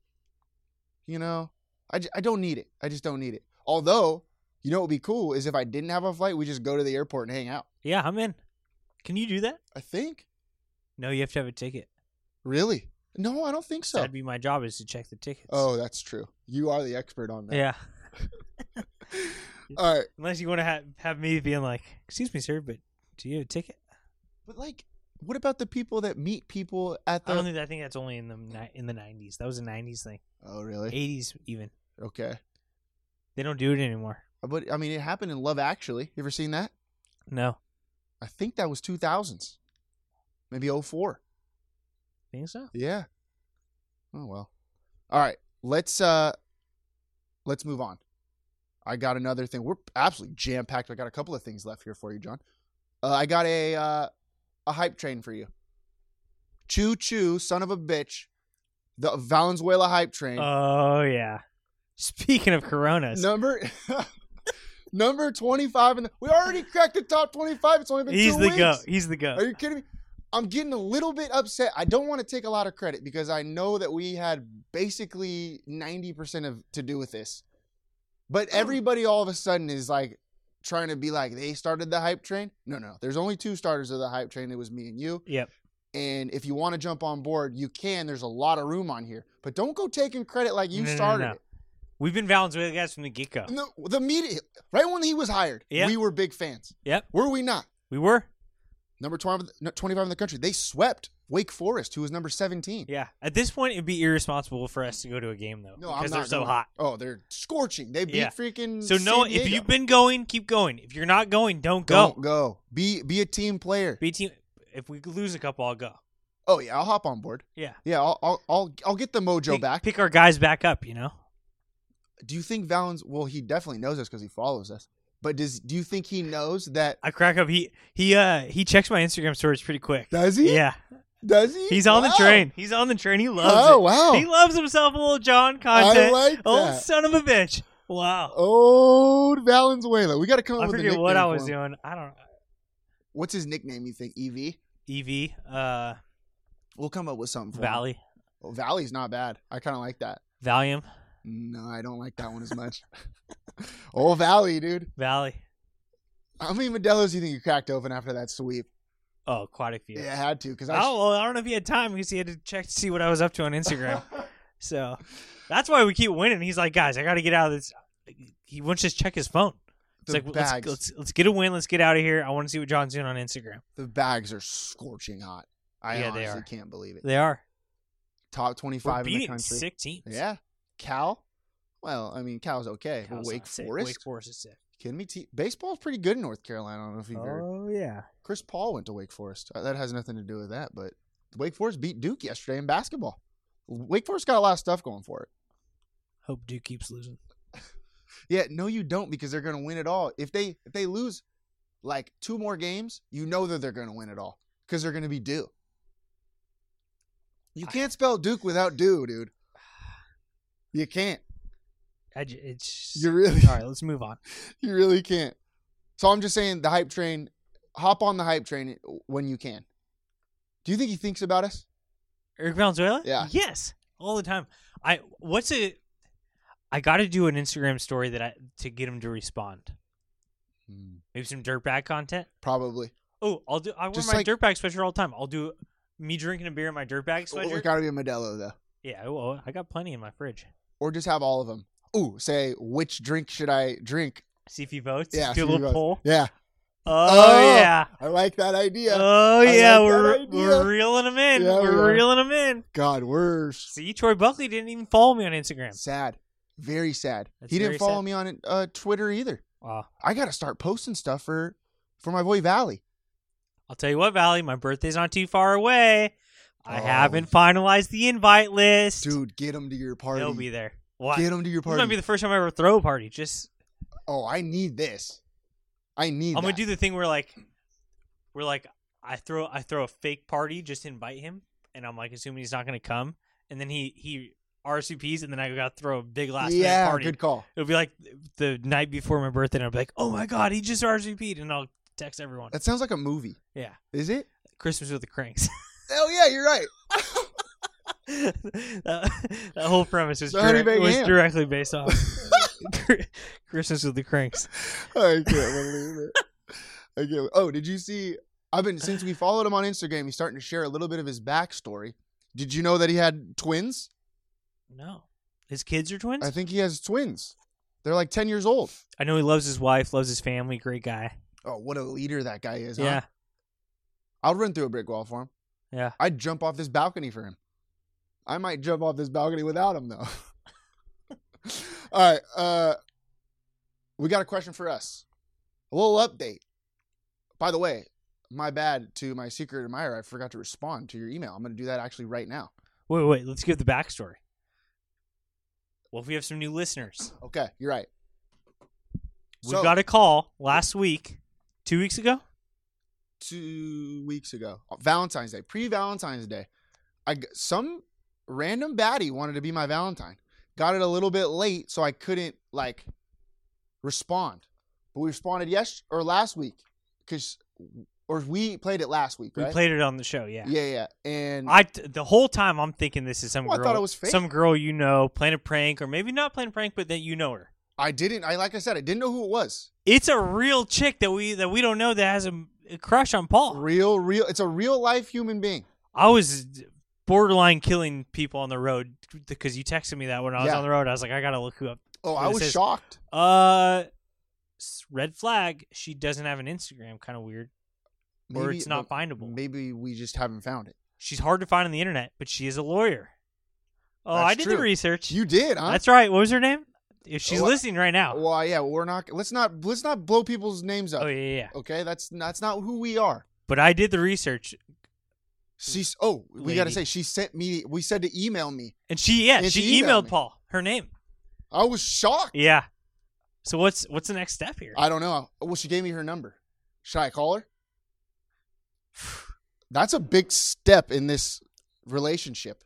Speaker 1: You know, I, j- I don't need it. I just don't need it. Although, you know what would be cool is if I didn't have a flight, we just go to the airport and hang out.
Speaker 2: Yeah, I'm in. Can you do that?
Speaker 1: I think.
Speaker 2: No, you have to have a ticket.
Speaker 1: Really? No, I don't think so.
Speaker 2: That'd be my job is to check the tickets.
Speaker 1: oh, that's true. You are the expert on that.
Speaker 2: yeah.
Speaker 1: [LAUGHS] All right.
Speaker 2: Unless you want to have have me being like, "Excuse me, sir, but do you have a ticket?"
Speaker 1: But, like, what about the people that meet people at
Speaker 2: I don't
Speaker 1: the.
Speaker 2: think I think that's only in the ni- in the '90s. That was a '90s thing.
Speaker 1: Oh, really?
Speaker 2: '80s even.
Speaker 1: Okay.
Speaker 2: They don't do it anymore.
Speaker 1: But, I mean, it happened in Love Actually. You ever seen that?
Speaker 2: No,
Speaker 1: I think that was 2000s, maybe 04.
Speaker 2: think so.
Speaker 1: Yeah. Oh well. All right. Let's uh let's move on. I got another thing. We're absolutely jam packed. I got a couple of things left here for you, John. Uh, I got a uh a hype train for you. Choo choo, son of a bitch. The Valenzuela hype train.
Speaker 2: Oh yeah. Speaking of Coronas,
Speaker 1: number [LAUGHS] number twenty five and we already cracked the top twenty five. It's only been
Speaker 2: he's
Speaker 1: two
Speaker 2: the
Speaker 1: weeks.
Speaker 2: goat. He's the [LAUGHS] goat.
Speaker 1: Are you kidding me? I'm getting a little bit upset. I don't want to take a lot of credit because I know that we had basically 90% of to do with this. But
Speaker 2: Oh.
Speaker 1: everybody all of a sudden is like trying to be like they started the hype train. No, no. There's only two starters of the hype train. It was me and you.
Speaker 2: Yep.
Speaker 1: And if you want to jump on board, you can. There's a lot of room on here. But don't go taking credit like you
Speaker 2: No, no, no,
Speaker 1: started
Speaker 2: no. We've been Valenzuela guys from the get go.
Speaker 1: it. No, the media right when he was hired,
Speaker 2: Yeah.
Speaker 1: we were big fans.
Speaker 2: Yep,
Speaker 1: Were we not?
Speaker 2: we were.
Speaker 1: Number 20 no, 25 in the country. They swept Wake Forest, who was number 17.
Speaker 2: Yeah. At this point, it'd be irresponsible for us to go to a game though,
Speaker 1: No,
Speaker 2: because
Speaker 1: I'm not
Speaker 2: they're so
Speaker 1: going.
Speaker 2: hot.
Speaker 1: Oh, they're scorching. They beat
Speaker 2: Yeah.
Speaker 1: freaking.
Speaker 2: So no,
Speaker 1: San
Speaker 2: if
Speaker 1: Diego.
Speaker 2: you've been going, keep going. If you're not going, don't go.
Speaker 1: don't go. Be be a team player.
Speaker 2: B team. If we lose a couple, I'll go.
Speaker 1: oh yeah, I'll hop on board.
Speaker 2: Yeah.
Speaker 1: Yeah, I'll I'll I'll, I'll get the mojo
Speaker 2: pick,
Speaker 1: back.
Speaker 2: Pick our guys back up. You know.
Speaker 1: Do you think Valens? Well, he definitely knows us because he follows us. But does do you think he knows that?
Speaker 2: I crack up. He he uh he checks my Instagram stories pretty quick.
Speaker 1: Does he?
Speaker 2: Yeah,
Speaker 1: Does he?
Speaker 2: he's on the
Speaker 1: Wow.
Speaker 2: train. He's on the train. He loves
Speaker 1: Oh,
Speaker 2: it.
Speaker 1: wow.
Speaker 2: He loves Oh, himself a little John content.
Speaker 1: like
Speaker 2: Old
Speaker 1: that.
Speaker 2: son of a bitch. Wow.
Speaker 1: Old Valenzuela. We got to come up
Speaker 2: I
Speaker 1: with a
Speaker 2: forget
Speaker 1: nickname
Speaker 2: what I
Speaker 1: for
Speaker 2: was
Speaker 1: him.
Speaker 2: doing. I don't.
Speaker 1: What's his nickname? You think Ev?
Speaker 2: Ev. Uh,
Speaker 1: We'll come up with something. For him.
Speaker 2: Valley.
Speaker 1: Oh, Valley's not bad. I kind of like that.
Speaker 2: Valium.
Speaker 1: No, I don't like that one as much. [LAUGHS] Old Valley, dude.
Speaker 2: Valley.
Speaker 1: How many Modelo's do you think you cracked open after that sweep?
Speaker 2: Oh, aquatic view.
Speaker 1: Yeah, I had to because I.
Speaker 2: Oh well, I don't know if he had time because he had to check to see what I was up to on Instagram. so that's why we keep winning. He's like, guys, I got to get out of this. He won't just check his phone. It's
Speaker 1: The
Speaker 2: like let's,
Speaker 1: bags.
Speaker 2: let's let's get a win. Let's get out of here. I want to see what John's doing on Instagram.
Speaker 1: the bags are scorching hot. I
Speaker 2: Yeah, they
Speaker 1: honestly
Speaker 2: are.
Speaker 1: can't believe it.
Speaker 2: They are.
Speaker 1: Top
Speaker 2: We're
Speaker 1: twenty-five in the
Speaker 2: beating
Speaker 1: country.
Speaker 2: sick teams.
Speaker 1: Yeah, Cal. Well, I mean, Cal's okay. but
Speaker 2: Kyle's
Speaker 1: Wake
Speaker 2: not sick.
Speaker 1: Forest.
Speaker 2: Wake Forest is sick.
Speaker 1: kidding me? T- Baseball's pretty good in North Carolina. I don't know if you have heard.
Speaker 2: Oh yeah.
Speaker 1: Chris Paul went to Wake Forest. Uh, That has nothing to do with that, but Wake Forest beat Duke yesterday in basketball. Wake Forest got a lot of stuff going for it.
Speaker 3: Hope Duke keeps losing.
Speaker 1: Yeah, no, you don't because they're going to win it all. If they if they lose like two more games, you know that they're going to win it all because they're going to be due. You can't spell Duke without do, dude. You can't.
Speaker 3: I j-
Speaker 1: [LAUGHS]
Speaker 3: it's
Speaker 2: [LAUGHS]
Speaker 1: You really,
Speaker 3: all right. Let's move on.
Speaker 1: you really can't. So I'm just saying the hype train. Hop on the hype train uh, when you can. Do you think he thinks about us?
Speaker 2: Eric Valenzuela?
Speaker 1: Yeah.
Speaker 2: Yes, all the time. I what's it? I got to do an Instagram story that I to get him to respond. Maybe some dirtbag content.
Speaker 1: Probably.
Speaker 2: Oh, I'll do. I wear
Speaker 1: Just
Speaker 2: my
Speaker 1: like-
Speaker 2: dirtbag sweatshirt all the time. I'll do me drinking a beer in my dirtbag
Speaker 1: Well,
Speaker 2: sweatshirt.
Speaker 1: it Oh, got to be a Modelo though,
Speaker 2: yeah, well, I got plenty in my fridge.
Speaker 1: or just have all of them. Ooh, say which drink should I drink?
Speaker 2: See if he votes.
Speaker 1: Yeah, see
Speaker 2: do a
Speaker 1: who
Speaker 2: little
Speaker 1: goes.
Speaker 2: poll.
Speaker 1: Yeah,
Speaker 2: Oh,
Speaker 1: Oh,
Speaker 2: yeah.
Speaker 1: I like that idea.
Speaker 2: Oh
Speaker 1: I
Speaker 2: yeah,
Speaker 1: like that
Speaker 2: we're
Speaker 1: idea.
Speaker 2: we're reeling him in.
Speaker 1: Yeah, we
Speaker 2: we're
Speaker 1: are.
Speaker 2: reeling him in.
Speaker 1: God, worse.
Speaker 2: See, Troy Buckley didn't even follow me on Instagram.
Speaker 1: Sad. Very sad.
Speaker 2: That's
Speaker 1: he
Speaker 2: very
Speaker 1: didn't follow
Speaker 2: sad.
Speaker 1: me on uh, Twitter either.
Speaker 2: Wow.
Speaker 1: I got to start posting stuff for for my boy
Speaker 2: [LAUGHS]
Speaker 1: Valley.
Speaker 2: I'll tell you what, Valley, my birthday's not too far away. I
Speaker 1: Oh.
Speaker 2: haven't finalized the invite list.
Speaker 1: Dude, get him to your party.
Speaker 2: They'll be there. What?
Speaker 1: Get him to your
Speaker 2: This
Speaker 1: party.
Speaker 2: might be the first time I ever throw a party. Just
Speaker 1: oh, I need this. I need
Speaker 2: I'm gonna
Speaker 1: that.
Speaker 2: do the thing where like we're like I throw I throw a fake party, just invite him, and I'm like assuming he's not gonna come, and then he he RCPs, and then I gotta throw a big last minute
Speaker 1: yeah,
Speaker 2: party.
Speaker 1: good call.
Speaker 2: It'll be like the night before my birthday, and I'll be like, oh my god, he just RCP'd, and I'll text everyone.
Speaker 1: That sounds like a movie.
Speaker 2: yeah,
Speaker 1: Is it?
Speaker 2: Christmas with the Cranks. [LAUGHS]
Speaker 1: Hell yeah, you're right. [LAUGHS]
Speaker 2: that, that whole premise was,
Speaker 1: The Honey
Speaker 2: direct-
Speaker 1: Big
Speaker 2: was
Speaker 1: Ham. [LAUGHS]
Speaker 2: directly based off [LAUGHS] Christmas with the Cranks.
Speaker 1: I can't believe it. I can't. Oh, did you see? I've been since we followed him on Instagram. He's starting to share a little bit of his backstory. Did you know that he had twins?
Speaker 2: No, his kids are twins.
Speaker 1: I think he has twins. They're like ten years old.
Speaker 2: I know he loves his wife, loves his family, great guy.
Speaker 1: Oh, what a leader that guy is.
Speaker 2: Yeah,
Speaker 1: Huh? I'll run through a brick wall for him.
Speaker 2: yeah.
Speaker 1: I'd jump off this balcony for him. I might jump off this balcony without him though. [LAUGHS] All right. Uh we got a question for us. A little update. By the way, my bad to my secret admirer. I forgot to respond to your email. I'm going to do that actually right now.
Speaker 2: Wait, wait. Let's give the backstory. Well, if we have some new listeners,
Speaker 1: Okay, you're right.
Speaker 2: we
Speaker 1: So-
Speaker 2: got a call last week, two weeks ago.
Speaker 1: two weeks ago, uh, Valentine's Day, pre Valentine's Day. I g- some random baddie wanted to be my Valentine. Got it a little bit late, so I couldn't like respond. But we responded yes or last week because or we played it last week, right?
Speaker 2: We played it on the show. Yeah,
Speaker 1: yeah, yeah. And
Speaker 2: I t- the whole time I'm thinking this is some
Speaker 1: Well, I
Speaker 2: girl,
Speaker 1: thought it was fake.
Speaker 2: some girl you know playing a prank, or maybe not playing a prank, but that you know her.
Speaker 1: I didn't. I like I said, I didn't know who it was.
Speaker 2: It's a real chick that we that we don't know that has a, a crush on Paul.
Speaker 1: Real, real. It's a real life human being.
Speaker 2: I was borderline killing people on the road because you texted me that when I was
Speaker 1: Yeah.
Speaker 2: on the road. I was like, I gotta look who up.
Speaker 1: Oh,
Speaker 2: What
Speaker 1: I
Speaker 2: it
Speaker 1: was
Speaker 2: says-
Speaker 1: shocked.
Speaker 2: Uh, s- red flag. She doesn't have an Instagram. Kind of weird, or
Speaker 1: Maybe-
Speaker 2: it's not
Speaker 1: but
Speaker 2: findable.
Speaker 1: Maybe we just haven't found it.
Speaker 2: She's hard to find on the internet, but she is a lawyer. Oh,
Speaker 1: That's
Speaker 2: I did the
Speaker 1: true.
Speaker 2: research.
Speaker 1: You did, huh?
Speaker 2: That's right. What was her name? If she's
Speaker 1: Well,
Speaker 2: listening right now.
Speaker 1: Well, yeah, we're not. Let's not. Let's not blow people's names up.
Speaker 2: oh yeah, yeah, yeah.
Speaker 1: Okay, that's that's not who we are.
Speaker 2: But I did the research,
Speaker 1: She's oh, we gotta
Speaker 2: Lady.
Speaker 1: say she sent me. We said to email me.
Speaker 2: and she yeah
Speaker 1: And
Speaker 2: she,
Speaker 1: she emailed
Speaker 2: emailed
Speaker 1: me.
Speaker 2: Paul her name.
Speaker 1: I was shocked.
Speaker 2: Yeah. So what's what's the next step here?
Speaker 1: I don't know. Well, she gave me her number. Should I call her? [SIGHS] That's a big step in this relationship.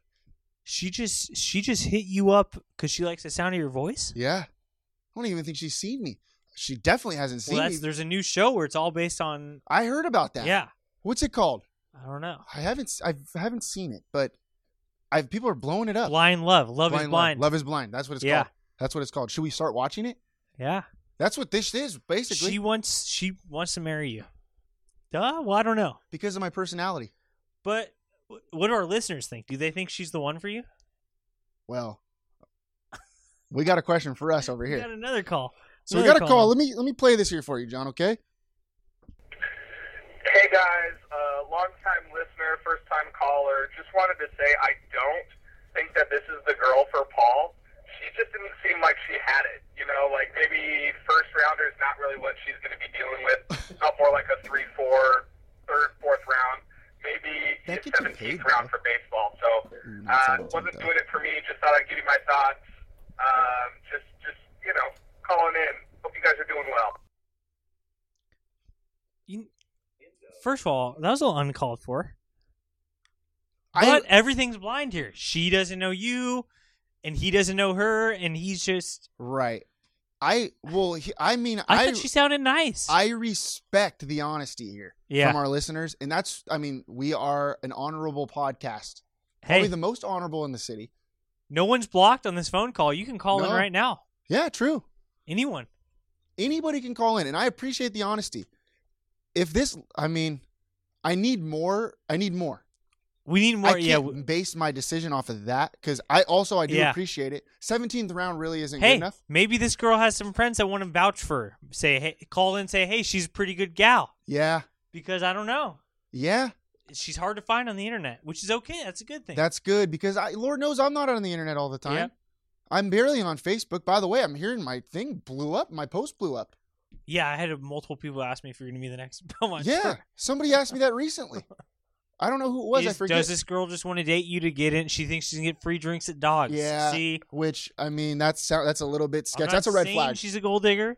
Speaker 2: she just she just hit you up because she likes the sound of your voice.
Speaker 1: Yeah, I don't even think she's seen me. She definitely hasn't seen
Speaker 2: Well, that's,
Speaker 1: me.
Speaker 2: there's a new show where it's all based on
Speaker 1: I heard about that.
Speaker 2: yeah.
Speaker 1: what's it called?
Speaker 2: I don't know.
Speaker 1: I haven't. s- I've- I haven't seen it, but I've people are blowing it up.
Speaker 2: Blind love, love is blind.
Speaker 1: Love is blind. That's what it's
Speaker 2: Yeah.
Speaker 1: called. That's what it's called. Should we start watching it?
Speaker 2: Yeah,
Speaker 1: That's what this is basically.
Speaker 2: she wants she wants to marry you. Duh. Well, I don't know.
Speaker 1: because of my personality.
Speaker 2: But wh- what do our listeners think? Do they think she's the one for you?
Speaker 1: Well, we got a question for us over
Speaker 2: We got
Speaker 1: here.
Speaker 2: another call.
Speaker 1: So we got
Speaker 2: Another
Speaker 1: a call. Let me let me play this here for you, John. Okay.
Speaker 4: Hey guys, uh, long time listener, first time caller. Just wanted to say I don't think that this is the girl for Paul. She just didn't seem like she had it. You know, like maybe first rounders not really. really what she's going to be dealing with.
Speaker 5: [LAUGHS]
Speaker 4: Not more like a three, four, third, fourth round, maybe
Speaker 5: That
Speaker 4: even
Speaker 5: gets you paid,
Speaker 4: seventeenth
Speaker 5: though.
Speaker 4: round for baseball. So
Speaker 1: Ooh, not
Speaker 4: uh,
Speaker 1: 17th,
Speaker 4: wasn't
Speaker 1: though.
Speaker 4: doing it for me. Just thought I'd give you my thoughts. Um, just, just you know, calling in. Hope you guys are doing well.
Speaker 2: You, first of all, that was a little uncalled for.
Speaker 1: I
Speaker 2: But everything's blind here. She doesn't know you, and he doesn't know her, and he's just.
Speaker 1: right. I well, he, I mean,
Speaker 2: I,
Speaker 1: I
Speaker 2: thought she sounded nice.
Speaker 1: I respect the honesty here
Speaker 2: Yeah.
Speaker 1: from our listeners, and that's I mean, we are an honorable podcast,
Speaker 2: hey,
Speaker 1: probably the most honorable in the city.
Speaker 2: no one's blocked on this phone call. You can call in
Speaker 1: No.
Speaker 2: right now.
Speaker 1: Yeah, true.
Speaker 2: Anyone.
Speaker 1: anybody can call in and i appreciate the honesty if this i mean i need more i need more
Speaker 2: We need more.
Speaker 1: i can't
Speaker 2: yeah. w-
Speaker 1: base my decision off of that because i also i do
Speaker 2: Yeah.
Speaker 1: appreciate it 17th round really isn't good
Speaker 2: Hey,
Speaker 1: enough
Speaker 2: maybe this girl has some friends that want to vouch for her. Say, hey, call in, say, hey, she's a pretty good gal.
Speaker 1: yeah
Speaker 2: Because I don't know.
Speaker 1: yeah
Speaker 2: She's hard to find on the internet, which is okay. That's a good thing.
Speaker 1: that's good because i lord knows i'm not on the internet all the time
Speaker 2: Yep.
Speaker 1: i'm barely on facebook by the way i'm hearing my thing blew up my post blew up
Speaker 2: yeah, I had multiple people ask me if you're going to be the next [LAUGHS] Belmont.
Speaker 1: yeah
Speaker 2: Sure.
Speaker 1: somebody asked me that
Speaker 2: [LAUGHS]
Speaker 1: recently i don't know who it was i
Speaker 2: Is-
Speaker 1: forget
Speaker 2: Does this girl just want to date you to get in? She thinks she's gonna get free drinks at dogs.
Speaker 1: yeah
Speaker 2: See,
Speaker 1: which i mean that's that's a little bit
Speaker 2: I'm
Speaker 1: sketch
Speaker 2: not
Speaker 1: that's a red
Speaker 2: saying
Speaker 1: flag
Speaker 2: She's a gold digger,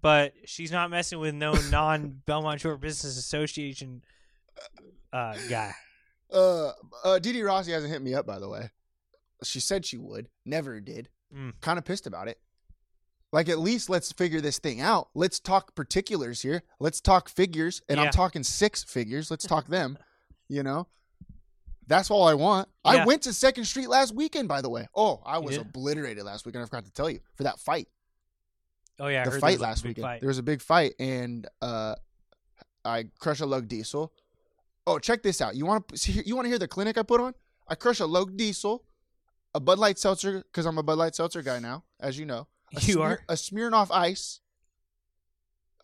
Speaker 2: but she's not messing
Speaker 1: [LAUGHS]
Speaker 2: with no non Belmont Short Business Association uh, guy.
Speaker 1: Uh, uh, Didi Rossi hasn't hit me up, by the way. She said she would, never did.
Speaker 2: Mm.
Speaker 1: Kind of pissed about it. Like, at least let's figure this thing out. Let's talk particulars here. Let's talk figures, and
Speaker 2: Yeah.
Speaker 1: I'm talking six figures. Let's talk
Speaker 2: [LAUGHS]
Speaker 1: them. You know, that's all I want.
Speaker 2: Yeah.
Speaker 1: I went to Second Street last weekend, by the way. Oh, I was
Speaker 2: did?
Speaker 1: obliterated last weekend. I forgot to tell you for that fight
Speaker 2: Oh yeah, I
Speaker 1: the
Speaker 2: heard there
Speaker 1: fight
Speaker 2: was, like, a
Speaker 1: last
Speaker 2: big
Speaker 1: weekend.
Speaker 2: fight.
Speaker 1: There was a big fight, and uh, I crush a lug diesel. Oh, check this out. You want to you want to hear the clinic I put on? I crush a lug diesel, a Bud Light seltzer because I'm a Bud Light seltzer guy now, as you know. A
Speaker 2: You are?
Speaker 1: a Smirnoff Ice,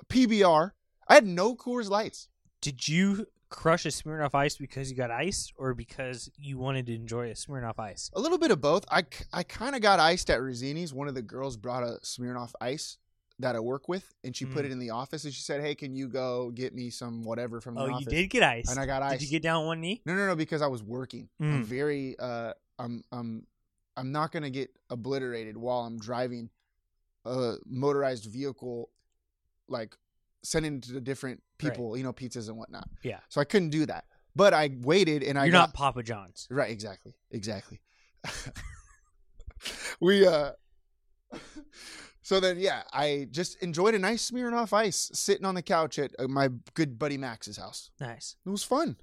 Speaker 1: a PBR. I had no Coors Lights.
Speaker 2: Did you crush a Smirnoff Ice because you got ice, or because you wanted to enjoy a Smirnoff Ice?
Speaker 1: A little bit of both. I, k- I kind of got iced at Rosini's. One of the girls brought a Smirnoff Ice that I work with, and she put
Speaker 2: Mm.
Speaker 1: it in the office, and she said, "Hey, can you go get me some whatever from the
Speaker 2: Oh,
Speaker 1: office?"
Speaker 2: you did get ice.
Speaker 1: And I got
Speaker 2: Did you
Speaker 1: iced.
Speaker 2: get down on one knee?
Speaker 1: No, no, no, because I was working. I'm
Speaker 2: Mm.
Speaker 1: very uh I'm I'm I'm not gonna get obliterated while I'm driving a motorized vehicle like sending it to the different
Speaker 2: Right.
Speaker 1: people, you know, pizzas and whatnot.
Speaker 2: Yeah.
Speaker 1: So I couldn't do that. But I waited and I
Speaker 2: You're
Speaker 1: got
Speaker 2: not Papa John's.
Speaker 1: [LAUGHS] Right, exactly. Exactly. [LAUGHS] we uh [LAUGHS] so then yeah, I just enjoyed a nice smearing off ice sitting on the couch at uh, my good buddy Max's house.
Speaker 2: Nice.
Speaker 1: It was fun.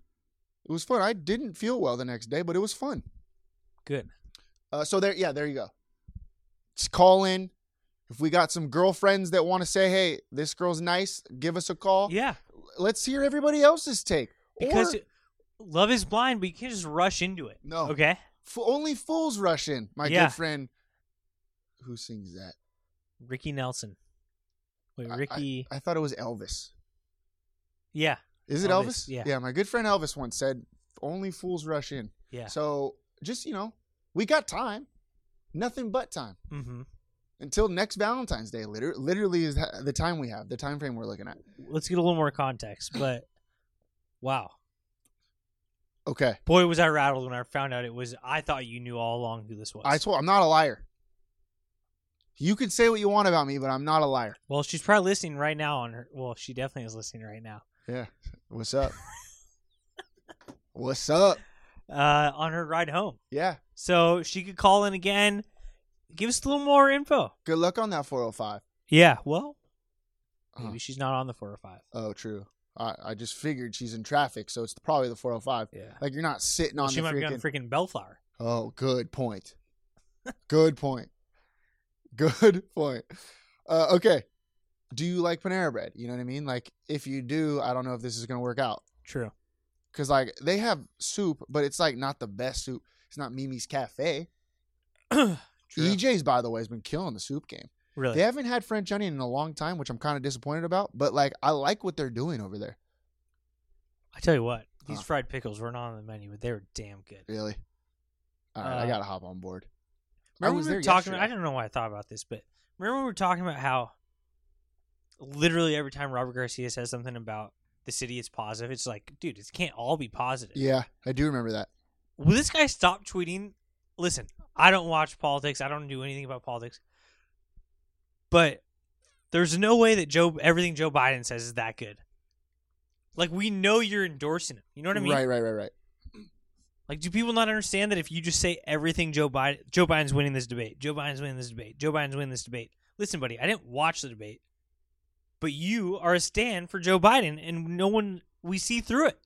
Speaker 1: It was fun. I didn't feel well the next day, but it was fun.
Speaker 2: Good.
Speaker 1: Uh, so there, yeah, there you go. Just call in. If we got some girlfriends that want to say, "Hey, this girl's nice," give us a call.
Speaker 2: Yeah.
Speaker 1: Let's hear everybody else's take.
Speaker 2: Because
Speaker 1: or,
Speaker 2: love is blind, but you can't just rush into it.
Speaker 1: No.
Speaker 2: Okay.
Speaker 1: f- only fools rush in. My
Speaker 2: Yeah.
Speaker 1: good friend, who sings that?
Speaker 2: Ricky Nelson. Wait,
Speaker 1: I- I-
Speaker 2: Ricky.
Speaker 1: I, thought it was Elvis.
Speaker 2: yeah.
Speaker 1: Is it
Speaker 2: Elvis,
Speaker 1: Elvis?
Speaker 2: yeah.
Speaker 1: Yeah. My good friend Elvis once said, "Only fools rush in."
Speaker 2: Yeah.
Speaker 1: So just you know, we got time. Nothing but time.
Speaker 2: mm-hmm.
Speaker 1: until next Valentine's Day. Literally, literally is ha- the time we have, the time frame we're looking at.
Speaker 2: Let's get a little more context. But wow.
Speaker 1: Okay,
Speaker 2: Boy, was I rattled when I found out it was. I thought you knew all along who this was.
Speaker 1: I told I'm not a liar. You can say what you want about me, but I'm not a liar.
Speaker 2: well, she's probably listening right now on her. Well, she definitely is listening right now.
Speaker 1: Yeah. What's
Speaker 2: [LAUGHS]
Speaker 1: up? What's up?
Speaker 2: Uh, on her ride home.
Speaker 1: Yeah.
Speaker 2: So she could call in again. Give us a little more info.
Speaker 1: Good luck on that 405.
Speaker 2: Yeah. Well,
Speaker 1: Uh-huh.
Speaker 2: maybe she's not on the 405.
Speaker 1: Oh, true. I, I just figured she's in traffic, so it's probably the 405.
Speaker 2: Yeah.
Speaker 1: Like you're not sitting on
Speaker 2: she
Speaker 1: the
Speaker 2: might
Speaker 1: freaking.
Speaker 2: be on freaking Bellflower.
Speaker 1: Oh, good point. Good point. Good [LAUGHS] point. Uh, okay. Do you like Panera Bread? You know what I mean? Like, if you do, I don't know if this is going to work out.
Speaker 2: True.
Speaker 1: Because, like, they have soup, but it's, like, not the best soup. It's not Mimi's Cafe. EJ's, by the way, has been killing the soup game.
Speaker 2: Really?
Speaker 1: They haven't had French onion in a long time, which I'm kind of disappointed about. But, like, I like what they're doing over there.
Speaker 2: I tell you what, these
Speaker 1: Huh.
Speaker 2: fried pickles were not on the menu, but they were damn good.
Speaker 1: Really? All right.
Speaker 2: Uh,
Speaker 1: I got to hop on board. I
Speaker 2: Remember
Speaker 1: was
Speaker 2: we were
Speaker 1: there
Speaker 2: talking?
Speaker 1: yesterday.
Speaker 2: I don't know why I thought about this, but remember we were talking about how literally every time Robert Garcia says something about the city it's positive, it's like, dude, it can't all be positive.
Speaker 1: Yeah, I do remember that.
Speaker 2: Will this guy stop tweeting? Listen, I don't watch politics. I don't do anything about politics. But there's no way that Joe everything Joe Biden says is that good. Like we know you're endorsing him. You know what I mean?
Speaker 1: Right, right, right, right.
Speaker 2: Like, do people not understand that if you just say everything Joe Biden, Joe Biden's winning this debate, Joe Biden's winning this debate, Joe Biden's winning this debate? Listen, buddy, I didn't watch the debate, but you are a stand for Joe Biden, and no one we see through it.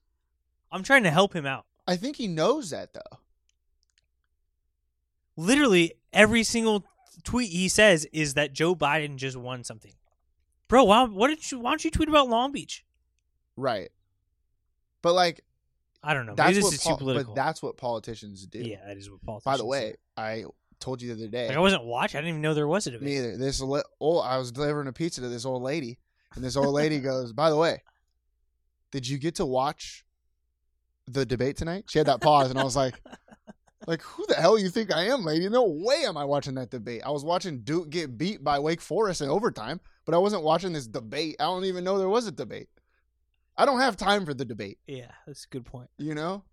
Speaker 2: I'm trying to help him out.
Speaker 1: I think he knows that though.
Speaker 2: Literally every single tweet he says is that Joe Biden just won something. Bro, why? What did you? Why don't you tweet about Long Beach?
Speaker 1: Right. But like
Speaker 2: I don't know. Maybe
Speaker 1: that's
Speaker 2: this
Speaker 1: what
Speaker 2: is
Speaker 1: pol-
Speaker 2: too political.
Speaker 1: but that's what politicians do.
Speaker 2: yeah, that is what politics.
Speaker 1: By the way, I told you the other day.
Speaker 2: like I wasn't watching. I didn't even know there was a debate.
Speaker 1: Neither. This le- old, I was delivering a pizza to this old lady, and this old lady goes, "By the way, did you get to watch the debate tonight?" She had that pause, and I was like, "Like who the hell you think I am, lady? No way am I watching that debate. I was watching Duke get beat by Wake Forest in overtime, but I wasn't watching this debate. I don't even know there was a debate. I don't have time for the debate.
Speaker 2: Yeah, that's a good point.
Speaker 1: You know,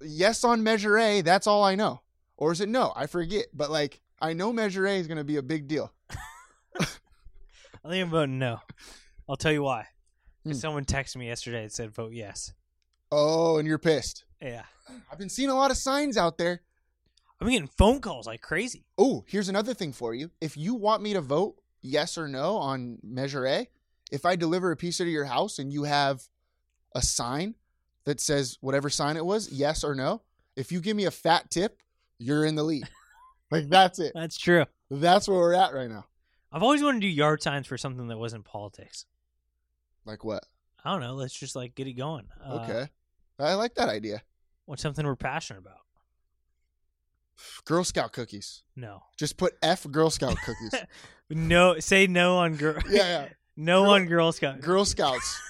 Speaker 1: yes on Measure A. That's all I know. Or is it no? I forget. But like, I know Measure A is going to be a big deal."
Speaker 2: I think I'm voting no. I'll tell you why. 'Cause
Speaker 1: Hmm.
Speaker 2: Someone texted me yesterday and said vote yes.
Speaker 1: Oh, and you're pissed.
Speaker 2: Yeah.
Speaker 1: I've been seeing a lot of signs out there.
Speaker 2: I'm getting phone calls like crazy.
Speaker 1: Oh, here's another thing for you. If you want me to vote yes or no on Measure A, if I deliver a pizza to your house and you have a sign that says whatever sign it was, yes or no, if you give me a fat tip, you're in the lead. [LAUGHS] like that's it.
Speaker 2: That's true.
Speaker 1: That's where we're at right now.
Speaker 2: I've always wanted to do yard signs for something that wasn't politics.
Speaker 1: Like what?
Speaker 2: I don't know. Let's just like get it going. Uh,
Speaker 1: Okay. I like that idea.
Speaker 2: What's something we're passionate about?
Speaker 1: Girl Scout cookies.
Speaker 2: No.
Speaker 1: Just put F Girl Scout cookies.
Speaker 2: No. Say no on girl.
Speaker 1: [LAUGHS] yeah,
Speaker 2: [LAUGHS] no
Speaker 1: Girl-
Speaker 2: on Girl Scout.
Speaker 1: yeah. Girl Scouts.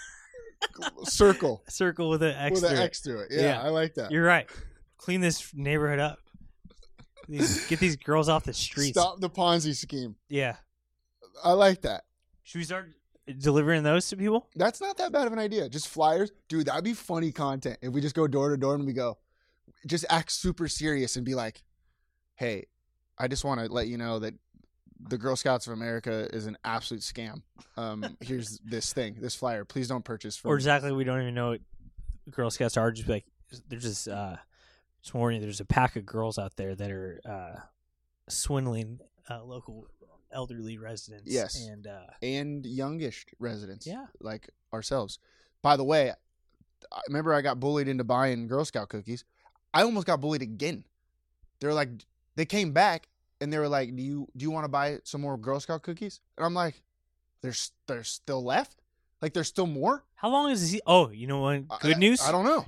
Speaker 1: Circle.
Speaker 2: Circle with an X.
Speaker 1: with an
Speaker 2: through it.
Speaker 1: X through it. Yeah,
Speaker 2: Yeah.
Speaker 1: I like that.
Speaker 2: You're right. Clean this neighborhood up. These, get these girls off the streets.
Speaker 1: Stop the Ponzi scheme.
Speaker 2: Yeah.
Speaker 1: I like that.
Speaker 2: Should we start delivering those to people?
Speaker 1: That's not that bad of an idea. Just flyers, dude. That'd be funny content if we just go door to door and we go, just act super serious and be like, "Hey, I just want to let you know that the Girl Scouts of America is an absolute scam.
Speaker 2: [LAUGHS]
Speaker 1: Um, here's this thing, this flyer. Please don't purchase from."
Speaker 2: or exactly we don't even know what Girl Scouts are. Just be like there's this uh, just warning. you, There's a pack of girls out there that are uh, swindling uh, local elderly residents.
Speaker 1: Yes.
Speaker 2: and uh,
Speaker 1: and youngish residents.
Speaker 2: Yeah.
Speaker 1: Like ourselves. By the way, I remember I got bullied into buying Girl Scout cookies. I almost got bullied again. They were like, they came back and they were like, "Do you do you want to buy some more Girl Scout cookies?" And I'm like, "There's there's still left. Like there's still more."
Speaker 2: how long is he? Oh, you know what?
Speaker 1: I-
Speaker 2: Good
Speaker 1: I-
Speaker 2: news.
Speaker 1: I, don't know.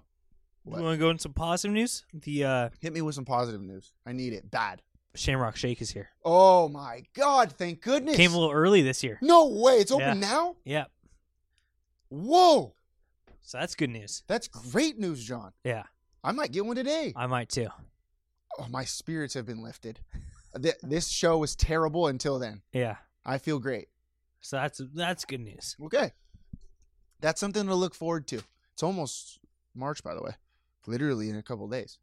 Speaker 2: You want to go into some positive news? The uh,
Speaker 1: Hit me with some positive news. I need it bad.
Speaker 2: Shamrock Shake is here.
Speaker 1: Oh my god! Thank goodness.
Speaker 2: Came a little early this year.
Speaker 1: no way! It's open
Speaker 2: Yeah.
Speaker 1: now.
Speaker 2: Yep.
Speaker 1: Whoa!
Speaker 2: So that's good news.
Speaker 1: That's great news, John.
Speaker 2: Yeah,
Speaker 1: I might get one today.
Speaker 2: I might too.
Speaker 1: oh, my spirits have been lifted. Th- this show was terrible until then.
Speaker 2: Yeah.
Speaker 1: I feel great.
Speaker 2: So that's that's good news.
Speaker 1: Okay. That's something to look forward to. It's almost March, by the way, literally in a couple days.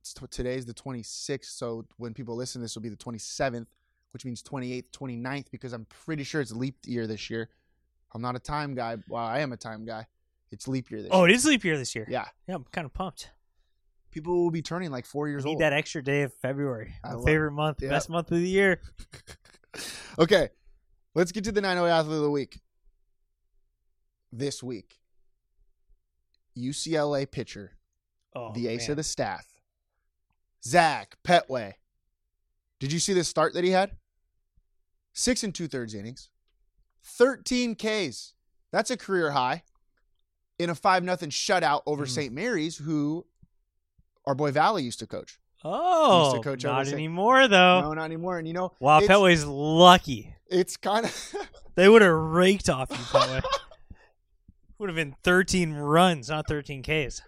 Speaker 1: It's t- today's the 26th, so when people listen, this will be the 27th, which means 28th, 29th, because I'm pretty sure it's leap year this year. I'm not a time guy. Well, I am a time guy. It's leap year this
Speaker 2: Oh,
Speaker 1: year.
Speaker 2: it is leap year this year.
Speaker 1: Yeah.
Speaker 2: yeah I'm kind of pumped.
Speaker 1: People will be turning like four years
Speaker 2: Need
Speaker 1: old.
Speaker 2: that extra day of February.
Speaker 1: I
Speaker 2: My
Speaker 1: love-
Speaker 2: favorite month,
Speaker 1: Yeah.
Speaker 2: best month of the year.
Speaker 1: Okay, let's get to the 908 athlete of the week. This week, UCLA pitcher,
Speaker 2: Oh,
Speaker 1: the ace
Speaker 2: man.
Speaker 1: of the staff, Zach Petway. Did you see this start that he had? Six and two thirds innings, 13 Ks. That's a career high in a 5 nothing shutout over
Speaker 2: Mhm.
Speaker 1: St. Mary's, who our boy Valley used to coach.
Speaker 2: Oh,
Speaker 1: Used to coach over
Speaker 2: not
Speaker 1: six.
Speaker 2: anymore though.
Speaker 1: No, not anymore. And you know,
Speaker 2: wow,
Speaker 1: it's-
Speaker 2: Petway's lucky.
Speaker 1: it's kind of.
Speaker 2: They would have raked off you,
Speaker 1: [LAUGHS]
Speaker 2: Petway. would have been 13 runs, not 13 Ks.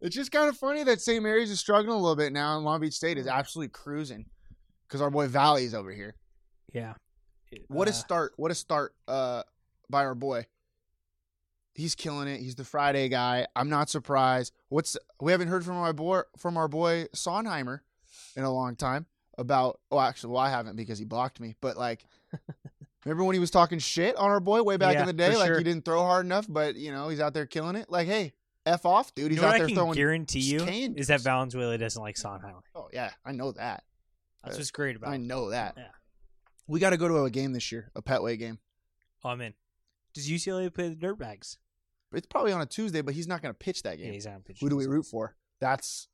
Speaker 1: It's just kind of funny that St. Mary's is struggling a little bit
Speaker 2: Mm.
Speaker 1: now, and Long Beach State is absolutely cruising because our boy Valley's over here.
Speaker 2: Yeah,
Speaker 1: What a
Speaker 3: Uh,
Speaker 1: start! What a start uh, by our boy. He's killing it. He's the Friday guy. I'm not surprised. What's we haven't heard from our boy from our boy Sonheimer in a long time about. Oh, actually, well, I haven't because he blocked me. But
Speaker 2: [LAUGHS]
Speaker 1: like, remember when he was talking shit on our boy way back
Speaker 2: Yeah,
Speaker 1: in the day?
Speaker 2: for
Speaker 1: Like
Speaker 2: sure.
Speaker 1: he didn't throw hard enough, but you know he's out there killing it. Like, hey, f off, dude.
Speaker 2: You
Speaker 1: He's
Speaker 2: know
Speaker 1: out
Speaker 2: what
Speaker 1: there
Speaker 2: I can
Speaker 1: throwing.
Speaker 2: guarantee you
Speaker 1: cane
Speaker 2: is that
Speaker 1: juice.
Speaker 2: Valenzuela doesn't like Sondheim.
Speaker 1: oh yeah, I know that.
Speaker 2: That's
Speaker 1: Uh,
Speaker 2: what's great about
Speaker 1: I
Speaker 2: it.
Speaker 1: know that.
Speaker 2: Yeah.
Speaker 1: We got to go to a game this year, a Petway game.
Speaker 2: Oh, I'm in. Does UCLA play the Dirtbags?
Speaker 1: It's probably on a Tuesday, but he's not going to pitch that game.
Speaker 2: Yeah, he's on pitch.
Speaker 1: Who do we root for? That's